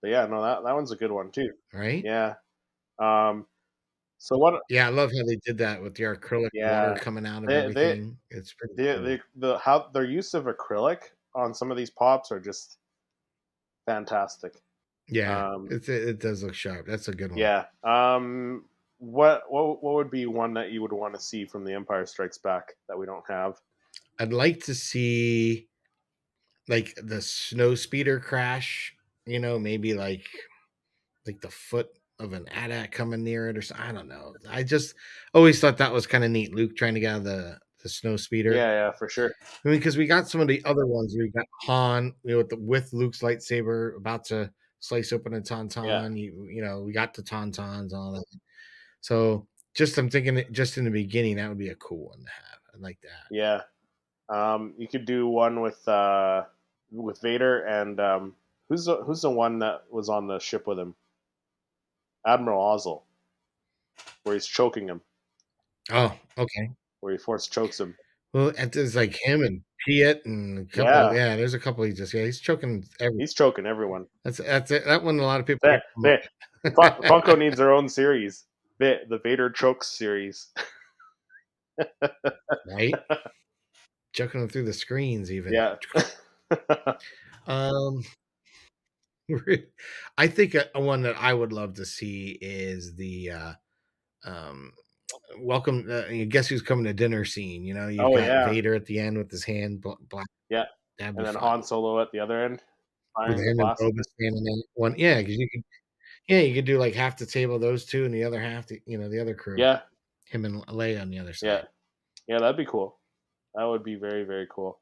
But yeah, no, that that one's a good one too.
right?
Yeah. Um. So what
Yeah, I love how they did that with the acrylic
Yeah.
water coming out of
They- they-
everything. it's pretty.
the,
cool.
the the how their use of acrylic on some of these pops are just fantastic.
yeah,
Um,
it's, it, it does look sharp. That's a good one.
Yeah. Um. What what what would be one that you would want to see from The Empire Strikes Back that we don't have?
I'd like to see like the snow speeder crash, you know, maybe like like the foot of an AT-AT coming near it or something. I don't know. I just always thought that was kind of neat. Luke trying to get out of the, the snow speeder.
Yeah, yeah, for sure.
I mean, because we got some of the other ones. We got Han, you know, with, the, with Luke's lightsaber about to slice open a tauntaun. You, you know, we got the tauntauns and all that. So just I'm thinking that just in the beginning, that would be a cool one to have. I like that.
Yeah. Um, you could do one with uh, with Vader and um, who's the, who's the one that was on the ship with him? Admiral Ozzel, where he's choking him,
Oh, okay.
where he force chokes him.
Well, and there's like him and Piet and a couple.
Yeah.
Yeah, there's a couple. He just yeah, he's choking every.
He's choking everyone.
That's that's it. that one. A lot of people.
There, there. Fun- Funko needs their own series, Va- the Vader chokes series.
right? Choking them through the screens, even.
Yeah.
Um, I think a, a one that I would love to see is the uh, um, welcome. Uh, you guess who's coming to dinner scene? You know, you
Oh,
got
yeah.
Vader at the end with his hand bl- black.
Yeah.
that'd be
and then
fun.
Han Solo at the other end.
with
firing the
him and
blast.
Boba standing in one. Yeah, because you could. Yeah, you could do like half the table those two, and the other half, the, you know, the other crew.
Yeah,
him and Leia on the other side.
Yeah. Yeah, that'd be cool. That would be very very cool.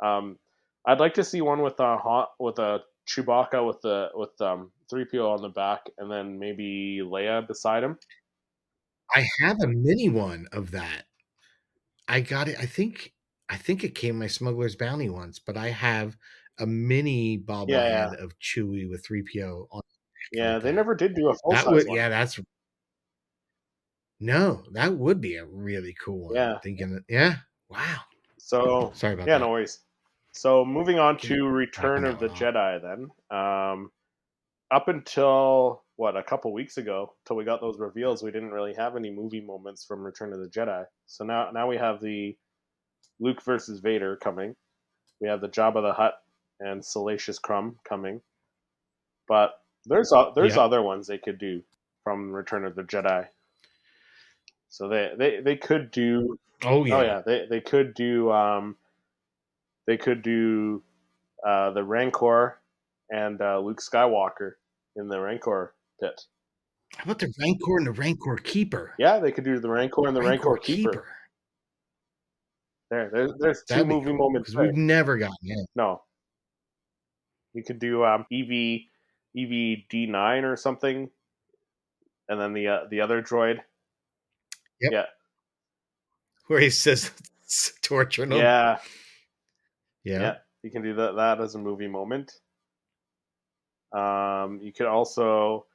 Um, I'd like to see one with a hot with a Chewbacca with the with um three PO on the back, and then maybe Leia beside him.
I have a mini one of that. I got it. I think I think it came my smuggler's bounty once, but I have a mini bobblehead
Yeah,
of Chewie with three PO on.
Yeah,
like
they
that.
never did do a full
that
size
would
one.
yeah, that's no, that would be a really cool one.
Yeah.
thinking that, yeah, wow.
So
Sorry about
yeah,
that.
no worries. So moving on
Can you
to Return
that
of the
one off?
Jedi, then. Um, up until what a couple weeks ago, till we got those reveals, we didn't really have any movie moments from Return of the Jedi. So now now we have the Luke versus Vader coming. We have the Jabba the Hutt and Salacious Crumb coming. But there's o- there's
Yeah.
other ones they could do from Return of the Jedi. So they they, they could do
oh yeah,
Oh yeah, they they could do um, they could do uh, the Rancor and uh, Luke Skywalker in the Rancor pit.
How about the Rancor and the Rancor Keeper?
Yeah, they could do the Rancor and the Rancor, Keeper. There, there, there's 2
That'd be
movie
cool,
moments.
because
There.
we've never gotten it.
No, you could do um, EV EV D nine or something, and then the uh, the other droid.
Where he says torturing him.
Yeah,
yeah.
Yeah, you can do that, that as a movie moment. Um, you could also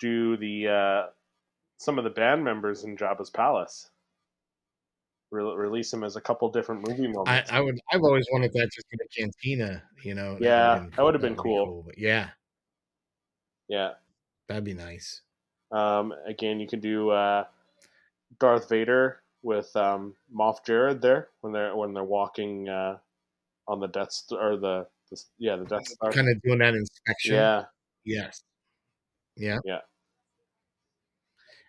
do the uh, some of the band members in Jabba's palace. Re- release them as a couple different movie
I,
moments.
I would. I've always wanted that just in a cantina, you know. that would've
Yeah,
been
that would've
that
been
would be
cool.
but yeah,
Yeah.
That'd be nice.
Um, again, you can do uh, Darth Vader with um, Moff Jared there when they're when they're walking uh, on the Death St- or the, the yeah the Death Star.
Kind of doing that inspection.
Yeah,
Yes. Yeah.
Yeah.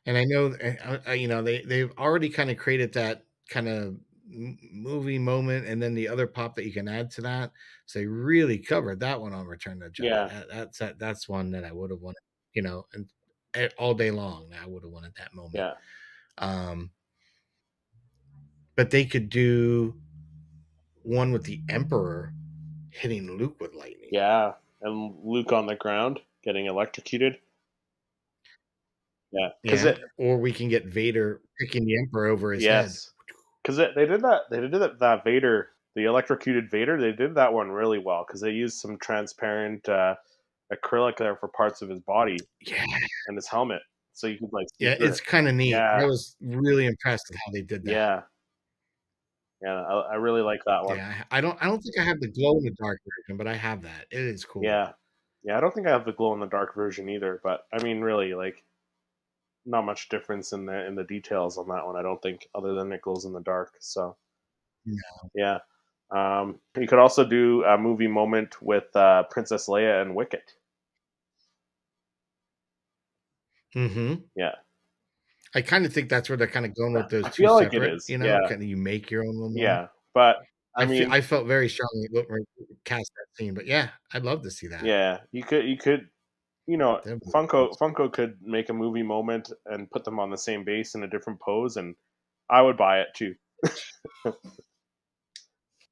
And I know, eh, I- I- you know, they they've already kind of created that kind of m- movie moment, and then the other pop that you can add to that. So they really covered that one on Return to Jedi.
Yeah.
That, that's that, that's one that I would have wanted, you know, and eh, all day long I would have wanted that moment.
yeah,
Um, but they could do one with the Emperor hitting Luke with lightning.
yeah. And Luke on the ground getting electrocuted. Yeah, because
Yeah.
it
or we can get Vader picking the Emperor over his head.
yes, because they did that. They did that. That Vader, the electrocuted Vader, they did that one really well because they used some transparent uh, acrylic there for parts of his body
Yeah,
and his helmet, so you could like see
yeah,
through it.
it's kind of neat.
Yeah.
I was really impressed with how they did that.
Yeah. Yeah, I, I really like that one. Yeah.
Yeah, I I don't. I don't think I have the glow in the dark version, but I have that. It is cool.
yeah. I don't think I have the glow in the dark version either, but I mean really like not much difference in the in the details on that one, I don't think, other than it glows in the dark. So
No.
Yeah. Um, you could also do a movie moment with uh, Princess Leia and Wicket.
Mm-hmm.
Yeah.
I kind of think that's where they're kind of going with those
I
two
feel like it
separate.
is,
You know,
yeah.
kind of you make your own one.
Yeah. But I,
Mm-hmm. I,
mean
feel, I felt very strongly when we cast that scene, but yeah, I'd love to see that.
Yeah, you could you could you know
That'd be
Funko Funko could make a movie moment and put them on the same base in a different pose, and I would buy it too.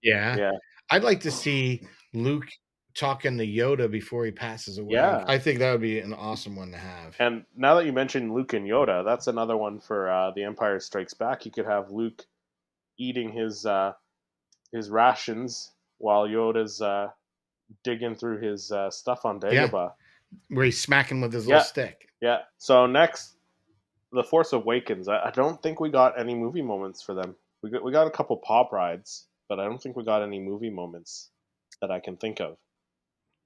Yeah.
Yeah.
I'd like to see Luke talking to Yoda before he passes away.
Yeah.
I think that would be an awesome one to have.
And now that you mentioned Luke and Yoda, that's another one for uh, The Empire Strikes Back. You could have Luke eating his uh, his rations while Yoda's uh, digging through his uh, stuff on
Yeah.
Dagobah.
Where he's smacking with his
Yeah.
little stick.
Yeah. So next, The Force Awakens. I, I don't think we got any movie moments for them. We got, we got a couple pop rides, but I don't think we got any movie moments that I can think of.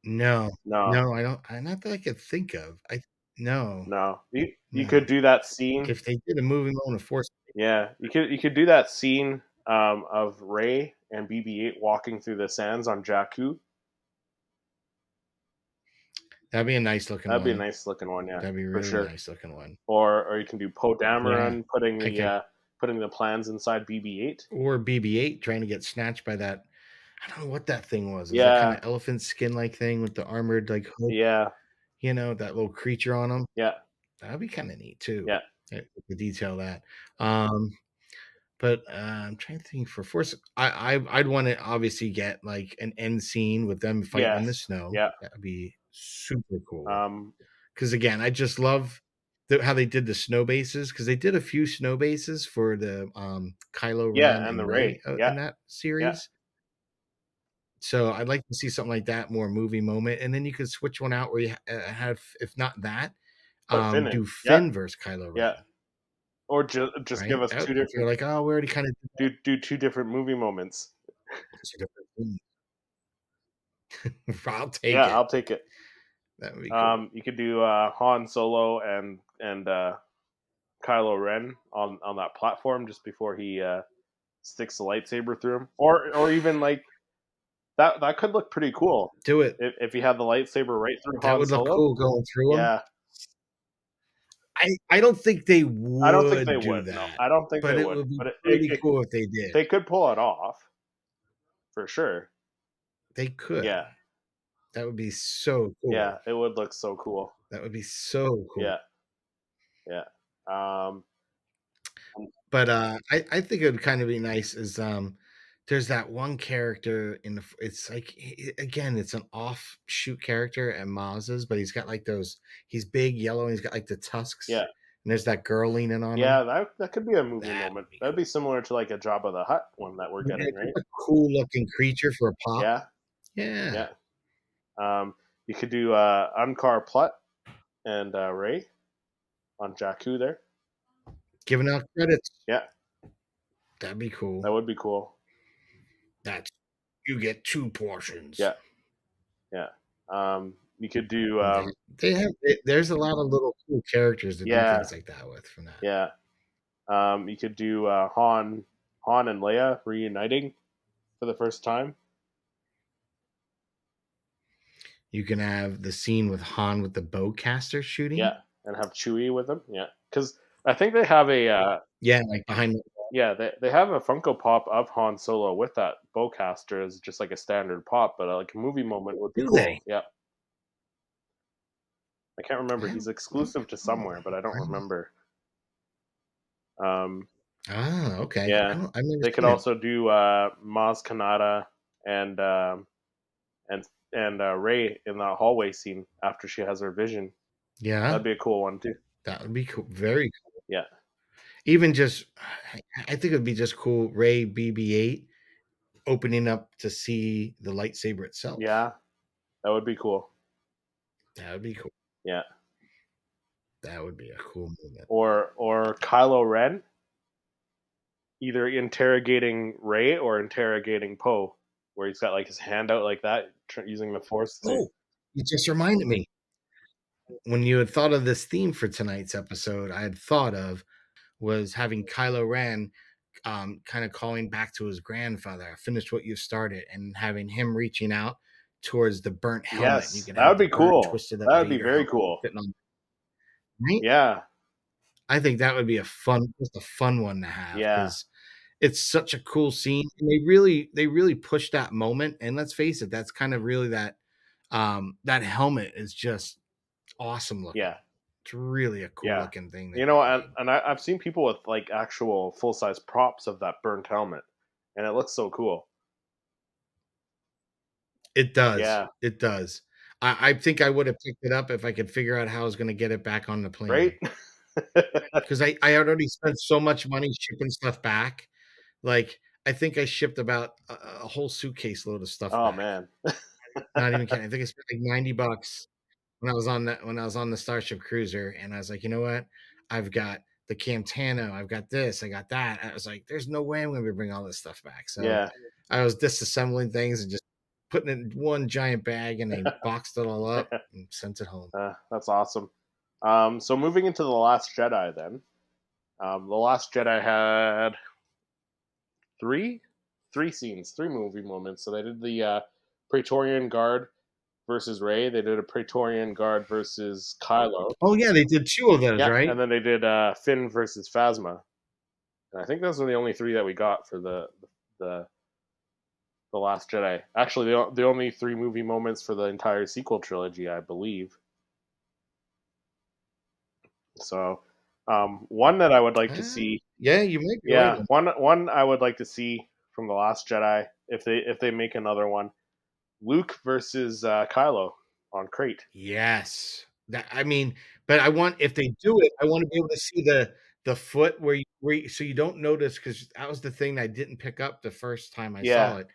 No,
No, no.
no, I don't. I not that I could think of. I no.
You, you
No.
could do that scene.
If they did a movie on a force,
Yeah, you could you could do that scene um, of Ray and BB-8 walking through the sands on Jakku.
that'd be a nice looking.
That'd be a
one.
nice looking one. Yeah.
That'd be really
sure.
nice looking one.
Or or you can do Poe Dameron putting
I
the
could-
uh, putting the plans inside BB-8.
Or BB-8 trying to get snatched by that. I don't know what that thing was. It was
Yeah.
kind of elephant skin like thing with the armored like hood.
Yeah,
You know that little creature on him.
yeah,
that'd be kind of neat too.
Yeah.
uh, to detail that. Um, but uh, I'm trying to think for force. I, I I'd want to obviously get like an end scene with them fighting in the
Yes,
snow.
yeah.
that'd be super cool.
um,
Because again, I just love the, how they did the snow bases. Because they did a few snow bases for the um Kylo Ren
Yeah, and the Rey,
uh,
yeah,
in that series. So I'd like to see something like that, more movie moment, and then you could switch one out where you ha- uh, have, if not that,
Put
um,
Oh, Finn in.
do
Yeah.
Finn versus Kylo Ren.
Yeah. or ju- just
right?
give us
That-
two
You're
different
like, oh, we already kind of
do, do two different movie moments.
did two different things. I'll take
yeah,
it.
I'll take it.
that would be cool.
Um, you could do uh, Han Solo and and uh, Kylo Ren on on that platform just before he uh, sticks the lightsaber through him, or or even like that. That could look pretty cool
do it.
if, if he had the lightsaber right through
That
Han
would
Solo.
look cool going through him.
Yeah,
I, I don't think they would.
I don't think they
do
would. No,
that.
I don't think
but
they
it
would.
would be
but it,
pretty
it- it-
cool if they did. They,
they could pull it off for sure.
could.
Yeah,
That would be so cool.
yeah, it would look so cool.
That would be so cool.
Yeah, yeah. Um,
but uh I, I think it would kind of be nice is um there's that one character in the f- it's like i- i- again it's an offshoot character at Maz's, but he's got like those he's big yellow and he's got like the tusks
Yeah.
and there's that girl leaning on
Yeah,
him
that that could be a movie
That
moment.
would be
That'd be similar to like a Jabba the Hutt one that we're
That'd be
getting, right?
a cool looking creature for a pop
Yeah,
yeah
yeah. Um, you could do uh, Unkar Plutt and uh, Ray on Jakku there.
giving out credits
Yeah.
that'd be cool
That would be cool.
that's you get two portions
Yeah. Yeah. Um, you could do um,
they have they, there's a lot of little cool characters to
Yeah.
do things like that with from that.
yeah. Um, you could do uh, Han, Han and Leia reuniting for the first time.
You can have the scene with Han with the bowcaster shooting.
Yeah, and have Chewie with them. Yeah, because I think they have a uh,
Yeah, like behind
yeah they, they have a Funko Pop of Han Solo with that bowcaster as just like a standard pop, but uh, like a movie moment would be
Do
cool.
they?
Yeah. I can't remember.
Yeah.
He's exclusive to somewhere, but I don't remember. Um,
Ah, okay.
Yeah.
I don't, I've never
they could
seen it.
also do uh, Maz Kanata and um, and and uh, Ray in that hallway scene after she has her vision.
Yeah.
That'd be a cool one too.
That would be cool. Very cool.
uh, Yeah.
Even just, I- I think it would be just cool. Ray BB 8 opening up to see the lightsaber itself.
Yeah, that would be cool.
That would be cool.
Yeah.
That would be a cool moment.
Or or Kylo Ren, either interrogating Ray or interrogating Poe, where he's got like his hand out like that, tr- using the Force. to-
Oh, you just reminded me. When you had thought of this theme for tonight's episode, I had thought of was having Kylo Ren um, kind of calling back to his grandfather, finish what you started, and having him reaching out towards the burnt helmet.
Yes,
You could
that
have
would
the
be
burnt,
cool.
twisted up
That would be
Vader
very
helmet
cool.
sitting on- Right?
Yeah,
I think that would be a fun, just a fun one to have.
Yeah.
because It's such a cool scene. And they really, they really push that moment. And let's face it, that's kind of really that, um, that helmet is just awesome looking.
yeah.
It's really a cool
Yeah.
looking thing.
You
that
know,
they
and,
did.
and I, I've seen people with like actual full size props of that burnt helmet, and it looks so cool.
it does.
Yeah.
It does. I, I think I would have picked it up if I could figure out how I was going to get it back on the plane.
Right?
because I, I had already spent so much money shipping stuff back. Like I think I shipped about a, a whole suitcase load of stuff.
oh
back.
man,
not even kidding. I think I spent like ninety bucks when I was on that when I was on the Starship Cruiser, and I was like, you know what? I've got the Camtano, I've got this, I got that. I was like, there's no way I'm going to bring all this stuff back. So
yeah,
I was disassembling things and just putting it in one giant bag, and I boxed it all up and sent it home.
uh, that's awesome. Um, so moving into the Last Jedi, then, um, the Last Jedi had three, three scenes, three movie moments. So they did the uh, Praetorian Guard versus Rey. They did a Praetorian Guard versus Kylo.
Oh yeah, they did two of those,
Yeah,
right?
and then they did uh, Finn versus Phasma, and I think those are the only three that we got for the the the Last Jedi. Actually, the o- the only three movie moments for the entire sequel trilogy, I believe. So, um, one that I would like
Ah,
to see,
yeah, you might be
yeah,
right.
one one I would like to see from the Last Jedi if they if they make another one, Luke versus uh, Kylo on Crate.
Yes. That I mean, but I want if they do it, I want to be able to see the the foot where you where you, so you don't notice because that was the thing I didn't pick up the first time I
Yeah.
saw it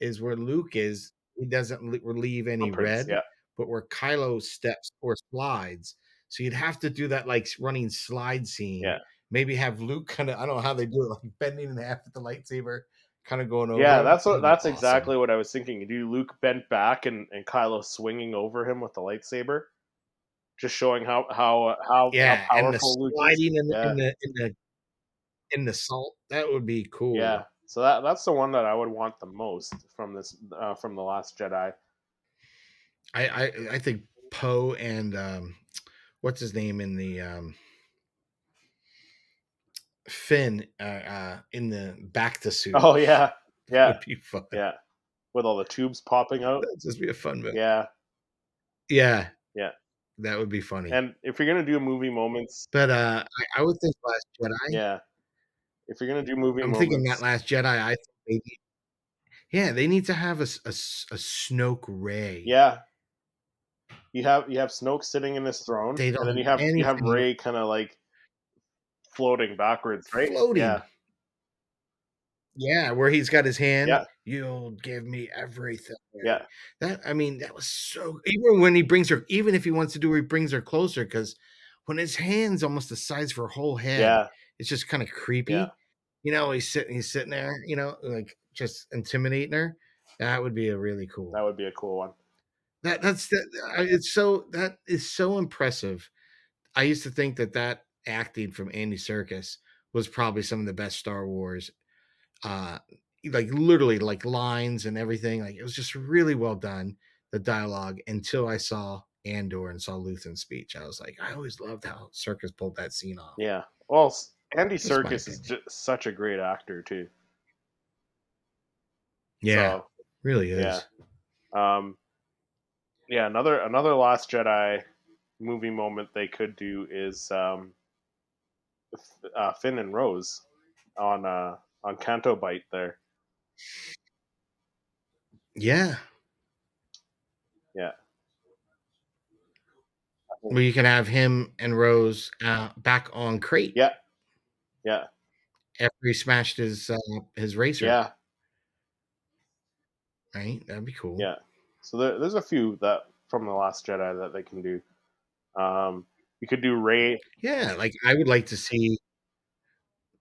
is where Luke is he doesn't le- relieve any
Footprints,
red,
yeah,
but where Kylo steps or slides. So you'd have to do that like s- running slide scene.
Yeah.
Maybe have Luke kind of I don't know how they do it like bending in half with the lightsaber, kind of going over.
Yeah,
him.
that's
That'd
what
be
that's
awesome.
exactly what I was thinking. You do Luke bent back and and Kylo swinging over him with the lightsaber, just showing how how how,
yeah,
how
and the
powerful Luke is.
sliding in, the
Yeah.
in the in the in the salt that would be cool.
Yeah, so that that's the one that I would want the most from this uh, from the Last Jedi.
I I, I think Poe and um, what's his name in the um, Finn uh, uh, in the back to suit.
Oh yeah, yeah,
would be fun.
yeah, with all the tubes popping out.
That'd just be a fun movie. Yeah.
Yeah,
yeah,
Yeah.
that would be funny.
and if you're gonna do movie moments,
but uh, I, I would think Last Jedi.
yeah, if you're gonna do movie
I'm
moments,
thinking that Last Jedi. I think they need, yeah, they need to have a s- a, s- a Snoke Ray.
yeah. You have you have Snoke sitting in his throne,
They don't
and then you
have
have you have
anything.
Ray kind of like floating backwards, right?
floating.
Yeah,
Yeah. where he's got his hand.
Yeah.
You'll give me everything.
Yeah.
That I mean, that was so even when he brings her, even if he wants to do it, he brings her closer because when his hand's almost the size of her whole head,
yeah.
it's just kind of creepy.
Yeah.
You know, he's sitting he's sitting there, you know, like just intimidating her. That would be a really cool
That would be a cool one.
That that's that, I- it's so that is so impressive. I used to think that that acting from Andy Serkis was probably some of the best Star Wars, uh, like literally like lines and everything. Like it was just really well done the dialogue until I saw Andor and saw Luthen's speech. I was like, I always loved how Serkis pulled that scene off.
Yeah. Well, S- Andy
That's my
Serkis is just such a great actor too. So,
really is.
yeah. Um, yeah, another another Last Jedi movie moment they could do is um, F- uh, Finn and Rose on uh, on Canto Bite there.
Yeah.
Yeah.
Where you can have him and Rose uh, back on crate.
Yeah. Yeah,
After he smashed his uh, his racer.
yeah.
Right. That'd be cool.
Yeah. So there, there's a few that from the Last Jedi that they can do. Um, you could do Ray.
Yeah. Like I would like to see.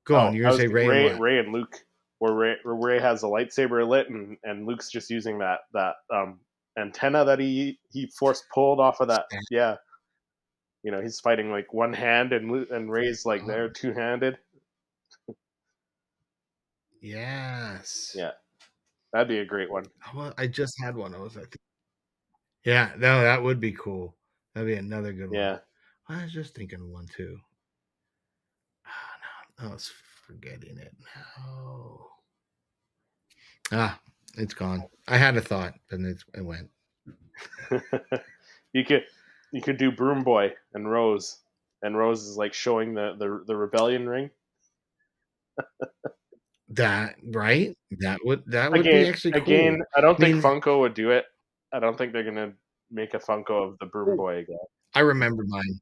Go
Oh,
on. You're gonna say Ray.
Ray,
and what?
and Luke, where Ray, where Ray has a lightsaber lit, and, and Luke's just using that that um, antenna that he he force pulled off of that.
Stand.
Yeah. You know, he's fighting like one hand, and Lu- and Ray's like
Oh.
there two handed.
Yes.
Yeah. That'd be a great one.
I wa- I just had one. I was like. Yeah. No, that would be cool. That'd be another good one.
Yeah.
I was just thinking of one too. Ah, no, I was forgetting it. No. Ah, it's gone. I had a thought, and it, it went.
you could you could do Broom Boy and Rose, and Rose is like showing the the, the rebellion ring.
That right? That would that would
again,
be actually cool.
again, I don't think
mean-
Funko would do it. I don't think they're gonna make a Funko of the Broom Boy again.
I remember mine.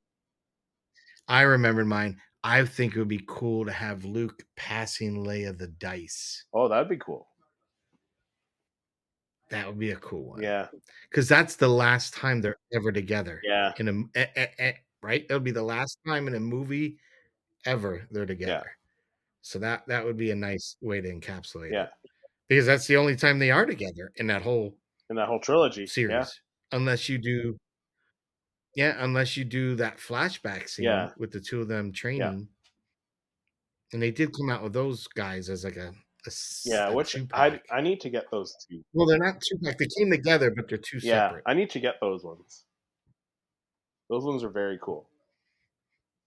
I remembered mine. I think it would be cool to have Luke passing Leia the dice.
Oh, that'd be cool.
That would be a cool one.
Yeah,
because that's the last time they're ever together.
yeah,
in a m- eh, eh, eh, right that'll be the last time in a movie ever they're together so that that would be a nice way to encapsulate
Yeah.
it because that's the only time they are together in that whole
in that whole trilogy.
series
Yeah,
unless you do yeah unless you do that flashback scene
Yeah.
with the two of them training and they did come out with those guys as like a, a s-
yeah.
a
Which I
two-pack.
I need to get those two.
well they're not two pack they came together but they're two
Yeah,
separate
I need to get those ones. Those ones are very cool.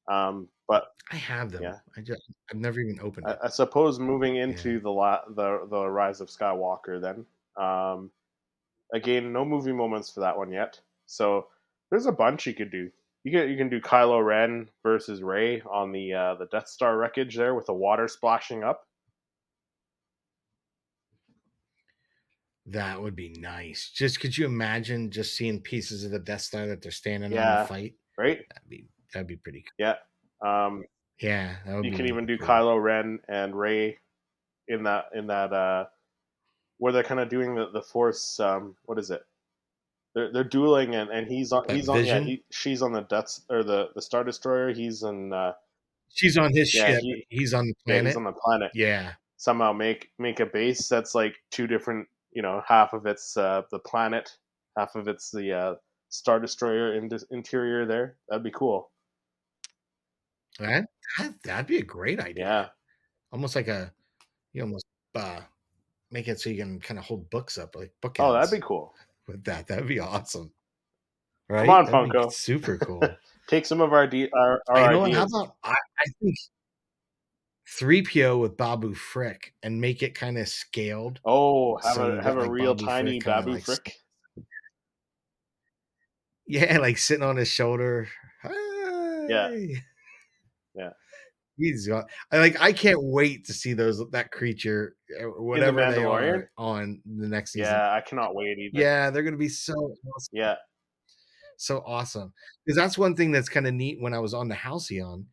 Um, but
i have them
Yeah.
i just i've never even opened
I,
it
I suppose moving into the la- the the rise of Skywalker, then um, again, no movie moments for that one yet. So there's a bunch you could do. You can you can do Kylo Ren versus Rey on the uh, the Death Star wreckage there with the water splashing up.
That would be nice. Just could you imagine just seeing pieces of the Death Star that they're standing on
Yeah.
to fight?
Right?
That'd be that'd be pretty. cool.
Yeah. Um,
Um, Yeah, that would
you
be
can
really
even do
cool.
Kylo Ren and Rey in that in that uh, where they're kind of doing the the Force. Um, what is it? They're, they're dueling and, and he's on
Like
he's on yeah,
Vision?
he, she's on the death or the, the Star Destroyer. He's in uh,
She's on his
Yeah,
ship.
he-
he's on the
yeah,
planet.
he's on the planet.
yeah,
Somehow make make a base that's like two different. You know, half of it's uh, the planet, half of it's the uh, Star Destroyer in- interior. There, that'd be cool.
that, that that'd be a great idea.
Yeah,
Almost like a you almost uh, make it so you can kind of hold books up like bookends.
oh, that'd be cool.
with that. That'd be awesome. Right?
on,
That'd be
Funko.
Super cool.
Take some of our de- our, our
Hey, you know what?
ideas.
How about I, I think three PO with Babu Frick and make it kind of scaled.
Oh, have
So you
a
got,
have a
like,
real
Babu
tiny
Frick kinda,
Babu
like,
Frick.
Yeah, like sitting on his shoulder. Hey.
Yeah.
He's got I like I can't wait to see those that creature uh, whatever they
Mandalorian?
are on the next season.
Yeah, I cannot wait either.
Yeah, they're gonna be so awesome,
yeah,
so awesome. Because that's one thing that's kind of neat when I was on the Halcyon.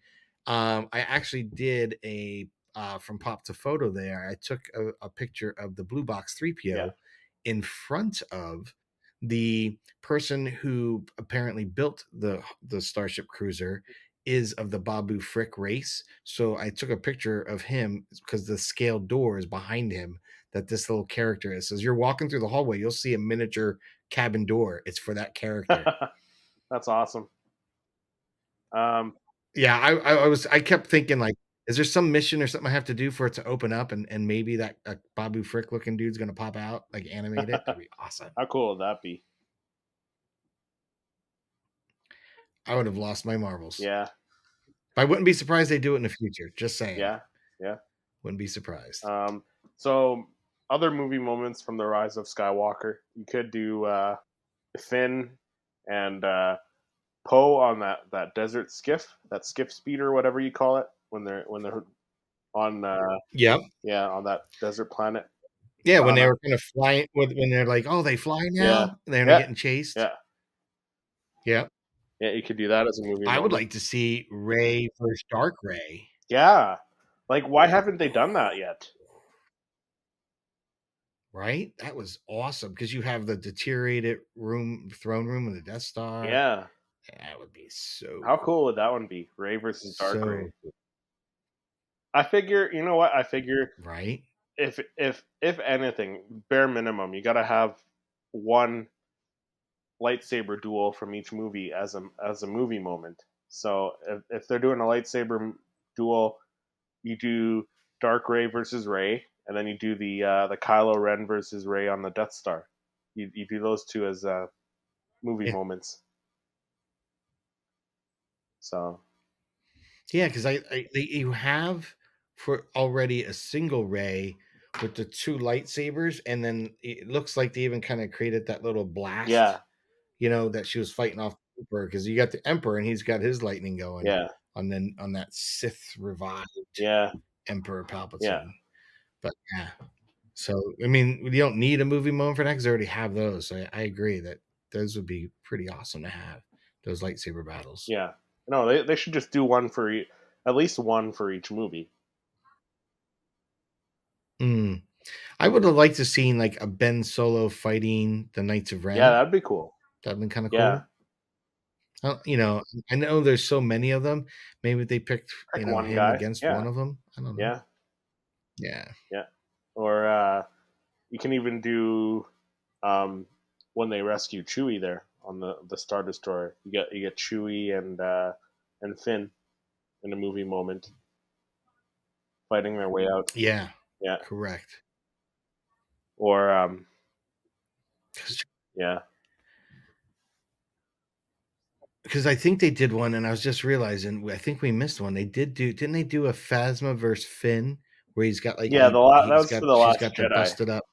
Um, I actually did a uh, from pop to photo there. I took a, a picture of the blue box 3PO
Yeah.
in front of the person who apparently built the the starship cruiser is of the Babu Frick race. So I took a picture of him because the scale door is behind him that this little character is. So as you're walking through the hallway, you'll see a miniature cabin door. It's for that character.
That's awesome. Um,
yeah, I, I I was I kept thinking like, is there some mission or something I have to do for it to open up and and maybe that uh, Babu Frick looking dude's gonna pop out like animate it? That'd be awesome.
how cool would that be?
I would have lost my marbles.
Yeah,
But I wouldn't be surprised they do it in the future. Just saying.
yeah.
Wouldn't be surprised.
Um, so other movie moments from the Rise of Skywalker. You could do uh, Finn and uh, Poe on that that desert skiff, that skiff speed or whatever you call it when they're when they're on uh,
yep.
yeah on that desert planet.
Yeah, when
Uh,
they were kind of flying, when when they're like, "Oh, they fly now,"
Yeah.
and they're not
Yeah.
getting chased.
Yeah.
yeah.
Yeah, you could do that as a movie.
I would
moment.
like to see Ray versus Dark Ray.
Yeah, like why haven't they done that yet?
Right, that was awesome because you have the deteriorated room, throne room, and the Death Star.
Yeah,
that would be so.
how cool would that one be? Ray versus Dark
so
Ray. I figure, you know what? I figure
Right.
if if if anything, bare minimum, you gotta have one lightsaber duel from each movie as a as a movie moment. So if if they're doing a lightsaber m- duel, you do Dark Ray versus Ray, and then you do the uh, the Kylo Ren versus Ray on the Death Star. You you do those two as uh, movie
Yeah.
moments. So
Yeah, because I, I they, you have for already a single Ray with the two lightsabers, and then it looks like they even kind of created that little blast.
yeah,
you know that she was fighting off the emperor because you got the emperor and he's got his lightning going
yeah,
on then on that sith revived
yeah,
emperor palpatine but yeah so i mean you don't need a movie moment for that because they already have those so I, I agree that those would be pretty awesome to have those lightsaber battles
yeah. No, they they should just do one for e- at least one for each movie.
Mm. i would have liked to seen like a ben solo fighting the knights of ren
Yeah, that'd be cool.
That'd been kind of
Yeah.
cool. Uh, you know, I know there's so many of them. Maybe they picked
Pick
you know,
one
him
guy,
against
yeah.
one of them. I don't know.
Yeah.
Yeah.
Or uh, you can even do um, when they rescue Chewie there on the, the Star Destroyer. You get you get Chewie and uh, and Finn in a movie moment fighting their way out.
Yeah.
Yeah.
Correct.
Or um,
'Cause-
yeah,
Because I think they did one, and I was just realizing I think we missed one. They did do, didn't they do a Phasma versus Finn where he's got like
Yeah, the la- that
he's
was for
got-
the
she's
Last
got the
Jedi.
busted up.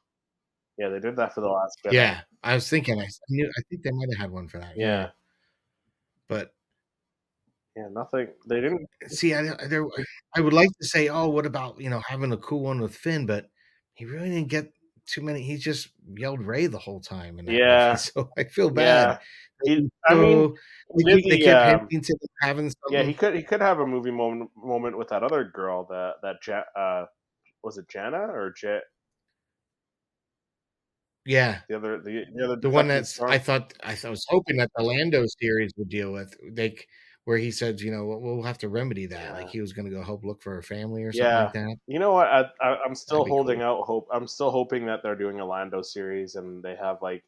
yeah, they did that for the last. Jedi.
Yeah, I was thinking I s- knew I think they might have had one for that.
yeah,
but
yeah. Nothing. They didn't.
see, I I- there, I would like to say, oh, what about you know having a cool one with Finn, but he really didn't get too many. He just yelled Ray the whole time, and
Yeah.
so I feel
Yeah,
bad.
He- I mean,
So,
he
like,
did
he- they
the,
kept
um,
hinting to them having something.
yeah, he could he could have a movie moment moment with that other girl that that ja- uh, was it Jana or Ja
yeah.
the other the, the other
the
defective
one that's
star?
I thought I, th- I was hoping that the Lando series would deal with, like where he said, you know, we'll, we'll have to remedy that. Like
Yeah.
he was going to go help look for her family or something like that.
You know what? I, I, I'm still
That'd be
holding out hope. I'm still hoping that they're doing a Lando series and they have like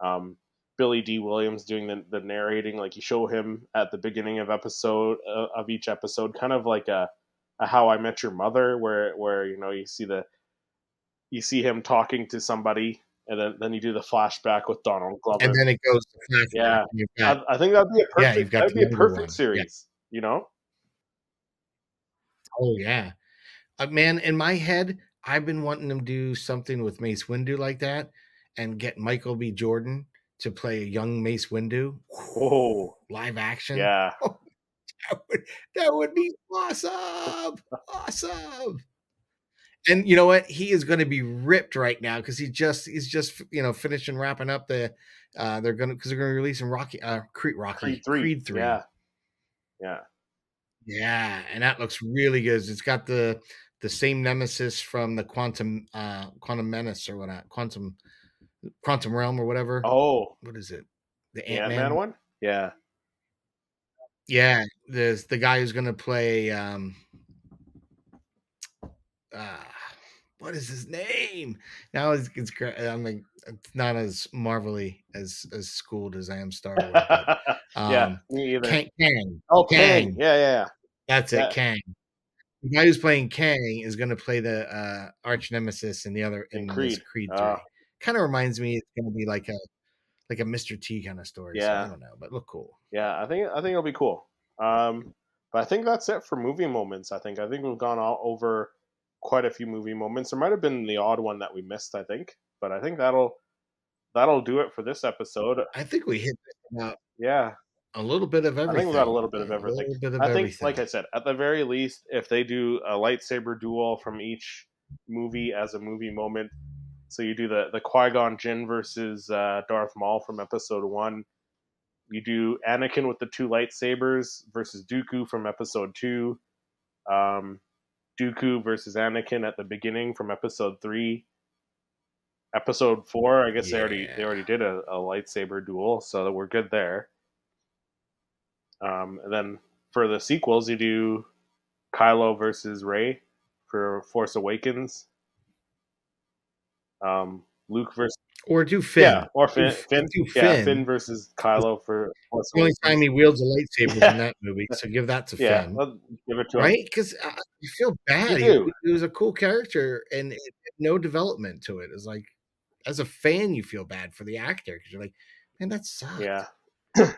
um, Billy D. Williams doing the, the narrating. Like you show him at the beginning of episode uh, of each episode, kind of like a, a How I Met Your Mother, where where you know you see the you see him talking to somebody, and then then you do the flashback with Donald Glover.
And then it goes to flashback
Yeah.
and you've got-
I, I think that'd be a
Yeah,
perfect.
you've got
that'd
the
be a
younger
perfect
one. Yeah.
series. You know?
oh yeah, uh, man. In my head, I've been wanting them to do something with Mace Windu like that, and get Michael B. Jordan to play a young Mace Windu
Oh,
live action.
yeah.
that would, that would be awesome. Awesome. And you know what? He is going to be ripped right now because he just he's just you know finishing wrapping up the uh they're gonna because they're gonna release in Rocky uh Creed Rocky
Creed three. Yeah. Yeah.
Yeah, and that looks really good. It's got the the same nemesis from the quantum uh quantum menace or whatnot, quantum quantum realm or whatever.
Oh,
What is it? The
the Ant
Ant-Man
Man one. Yeah.
Yeah, there's the guy who's gonna play um uh what is his name? Now it's it's great. I'm like it's not as marvelly as as schooled as I am Star Wars. but, Um,
yeah, me either.
Kang, Kang.
oh, Kang.
Kang.
Yeah, yeah,
That's it,
Yeah.
Kang. The guy who's playing Kang is going to play the uh, arch nemesis in the other
In
in this
Creed.
Creed Three.
Ah.
Kind of reminds me it's going to be like a like a Mr. T kind of story. so
Yeah.
I don't know, but look cool.
yeah. I think I think it'll be cool. Um, but I think that's it for movie moments. I think I think we've gone all over quite a few movie moments. There might have been the odd one that we missed. I think, but I think that'll that'll do it for this episode.
I think we hit about
Yeah,
a little bit of everything.
think we got a little bit of
A
everything.
little bit of
I think,
everything.
like I said, at the very least, if they do a lightsaber duel from each movie as a movie moment, so you do the the Qui Gon Jinn versus uh, Darth Maul from Episode One, you do Anakin with the two lightsabers versus Dooku from Episode Two, um, Dooku versus Anakin at the beginning from Episode Three. Episode four, I guess they already they
Yeah.
already did a, a lightsaber duel, so we're good there. Um, and then for the sequels, you do Kylo versus Rey for Force Awakens. Um, Luke versus
or do Finn.
yeah, or Finn,
Do
Finn,
do
yeah,
Finn.
Finn versus Kylo for Force
It's the only
Awakens.
time he wields a lightsaber in that movie, so give that to
yeah,
Finn,
let's give it to him.
right? Because I I feel bad. He,
do.
he was a cool character, and it, no development to it. It's like, as a fan, you feel bad for the actor because you're like, man, that sucks.
Yeah,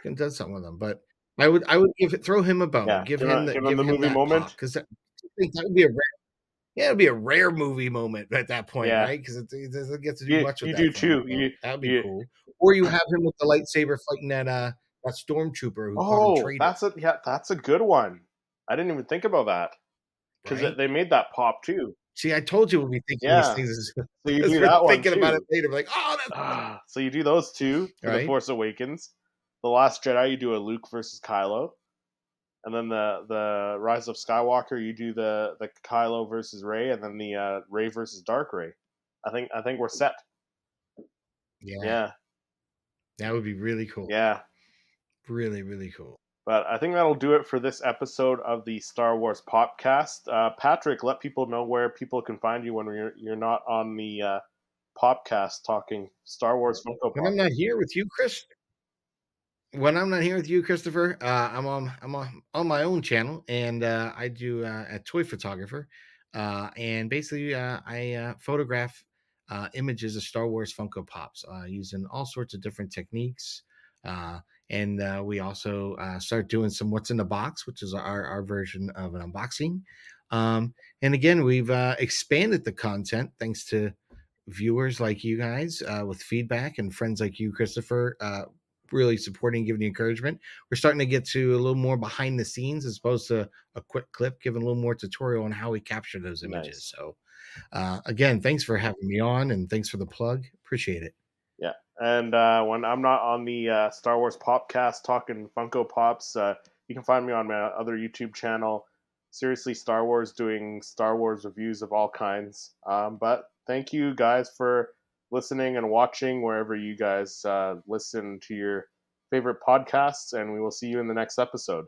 and done something with him. But I would, I would give it, throw him a bone.
Yeah,
Give,
give
him
him-
the,
give him the movie moment.
because that, I think that would be a rare, yeah, it'd be a rare movie moment at that point,
Yeah.
right? Because it, it doesn't get to do
You-
much. With
you
that
do
film,
too.
so
You-
that would be
you-
cool. Or you have him with the lightsaber fighting that uh that stormtrooper who called
Oh,
him traitor.
that's a yeah, that's a good one. I didn't even think about that because
right?
they made that pop too.
See, I told you we'd be thinking
Yeah.
these things.
So you
because
do
we're
that one
thinking about
too.
it later. We're like, oh, that's
Ah, so you do those two for the
Right.
Force Awakens. The Last Jedi, you do a Luke versus Kylo, and then the the Rise of Skywalker, you do the the Kylo versus Rey, and then the uh, Rey versus Dark Rey. I think I think we're set.
yeah,
Yeah,
that would be really cool.
yeah.
really, really cool.
But I think that'll do it for this episode of the Star Wars podcast. Uh, Patrick, let people know where people can find you when you're you're not on the uh, podcast talking Star Wars Funko
when I'm
Pop.
not here with you, Chris. When I'm not here with you, Christopher, uh, I'm on I'm on, on my own channel, and uh, I do uh, a toy photographer, uh, and basically uh, I uh, photograph uh, images of Star Wars Funko Pops uh, using all sorts of different techniques, uh, and uh, we also uh, start doing some what's in the box, which is our our version of an unboxing. Um, and again, we've uh, expanded the content thanks to viewers like you guys uh, with feedback and friends like you, Christopher, uh, really supporting, giving you encouragement. We're starting to get to a little more behind the scenes as opposed to a quick clip, giving a little more tutorial on how we capture those images. So, uh, again, thanks for having me on and thanks for the plug. Appreciate it.
And uh, when I'm not on the uh, Star Wars podcast talking Funko Pops, uh, you can find me on my other YouTube channel, Seriously Star Wars, doing Star Wars reviews of all kinds. Um, but thank you guys for listening and watching wherever you guys uh, listen to your favorite podcasts, and we will see you in the next episode.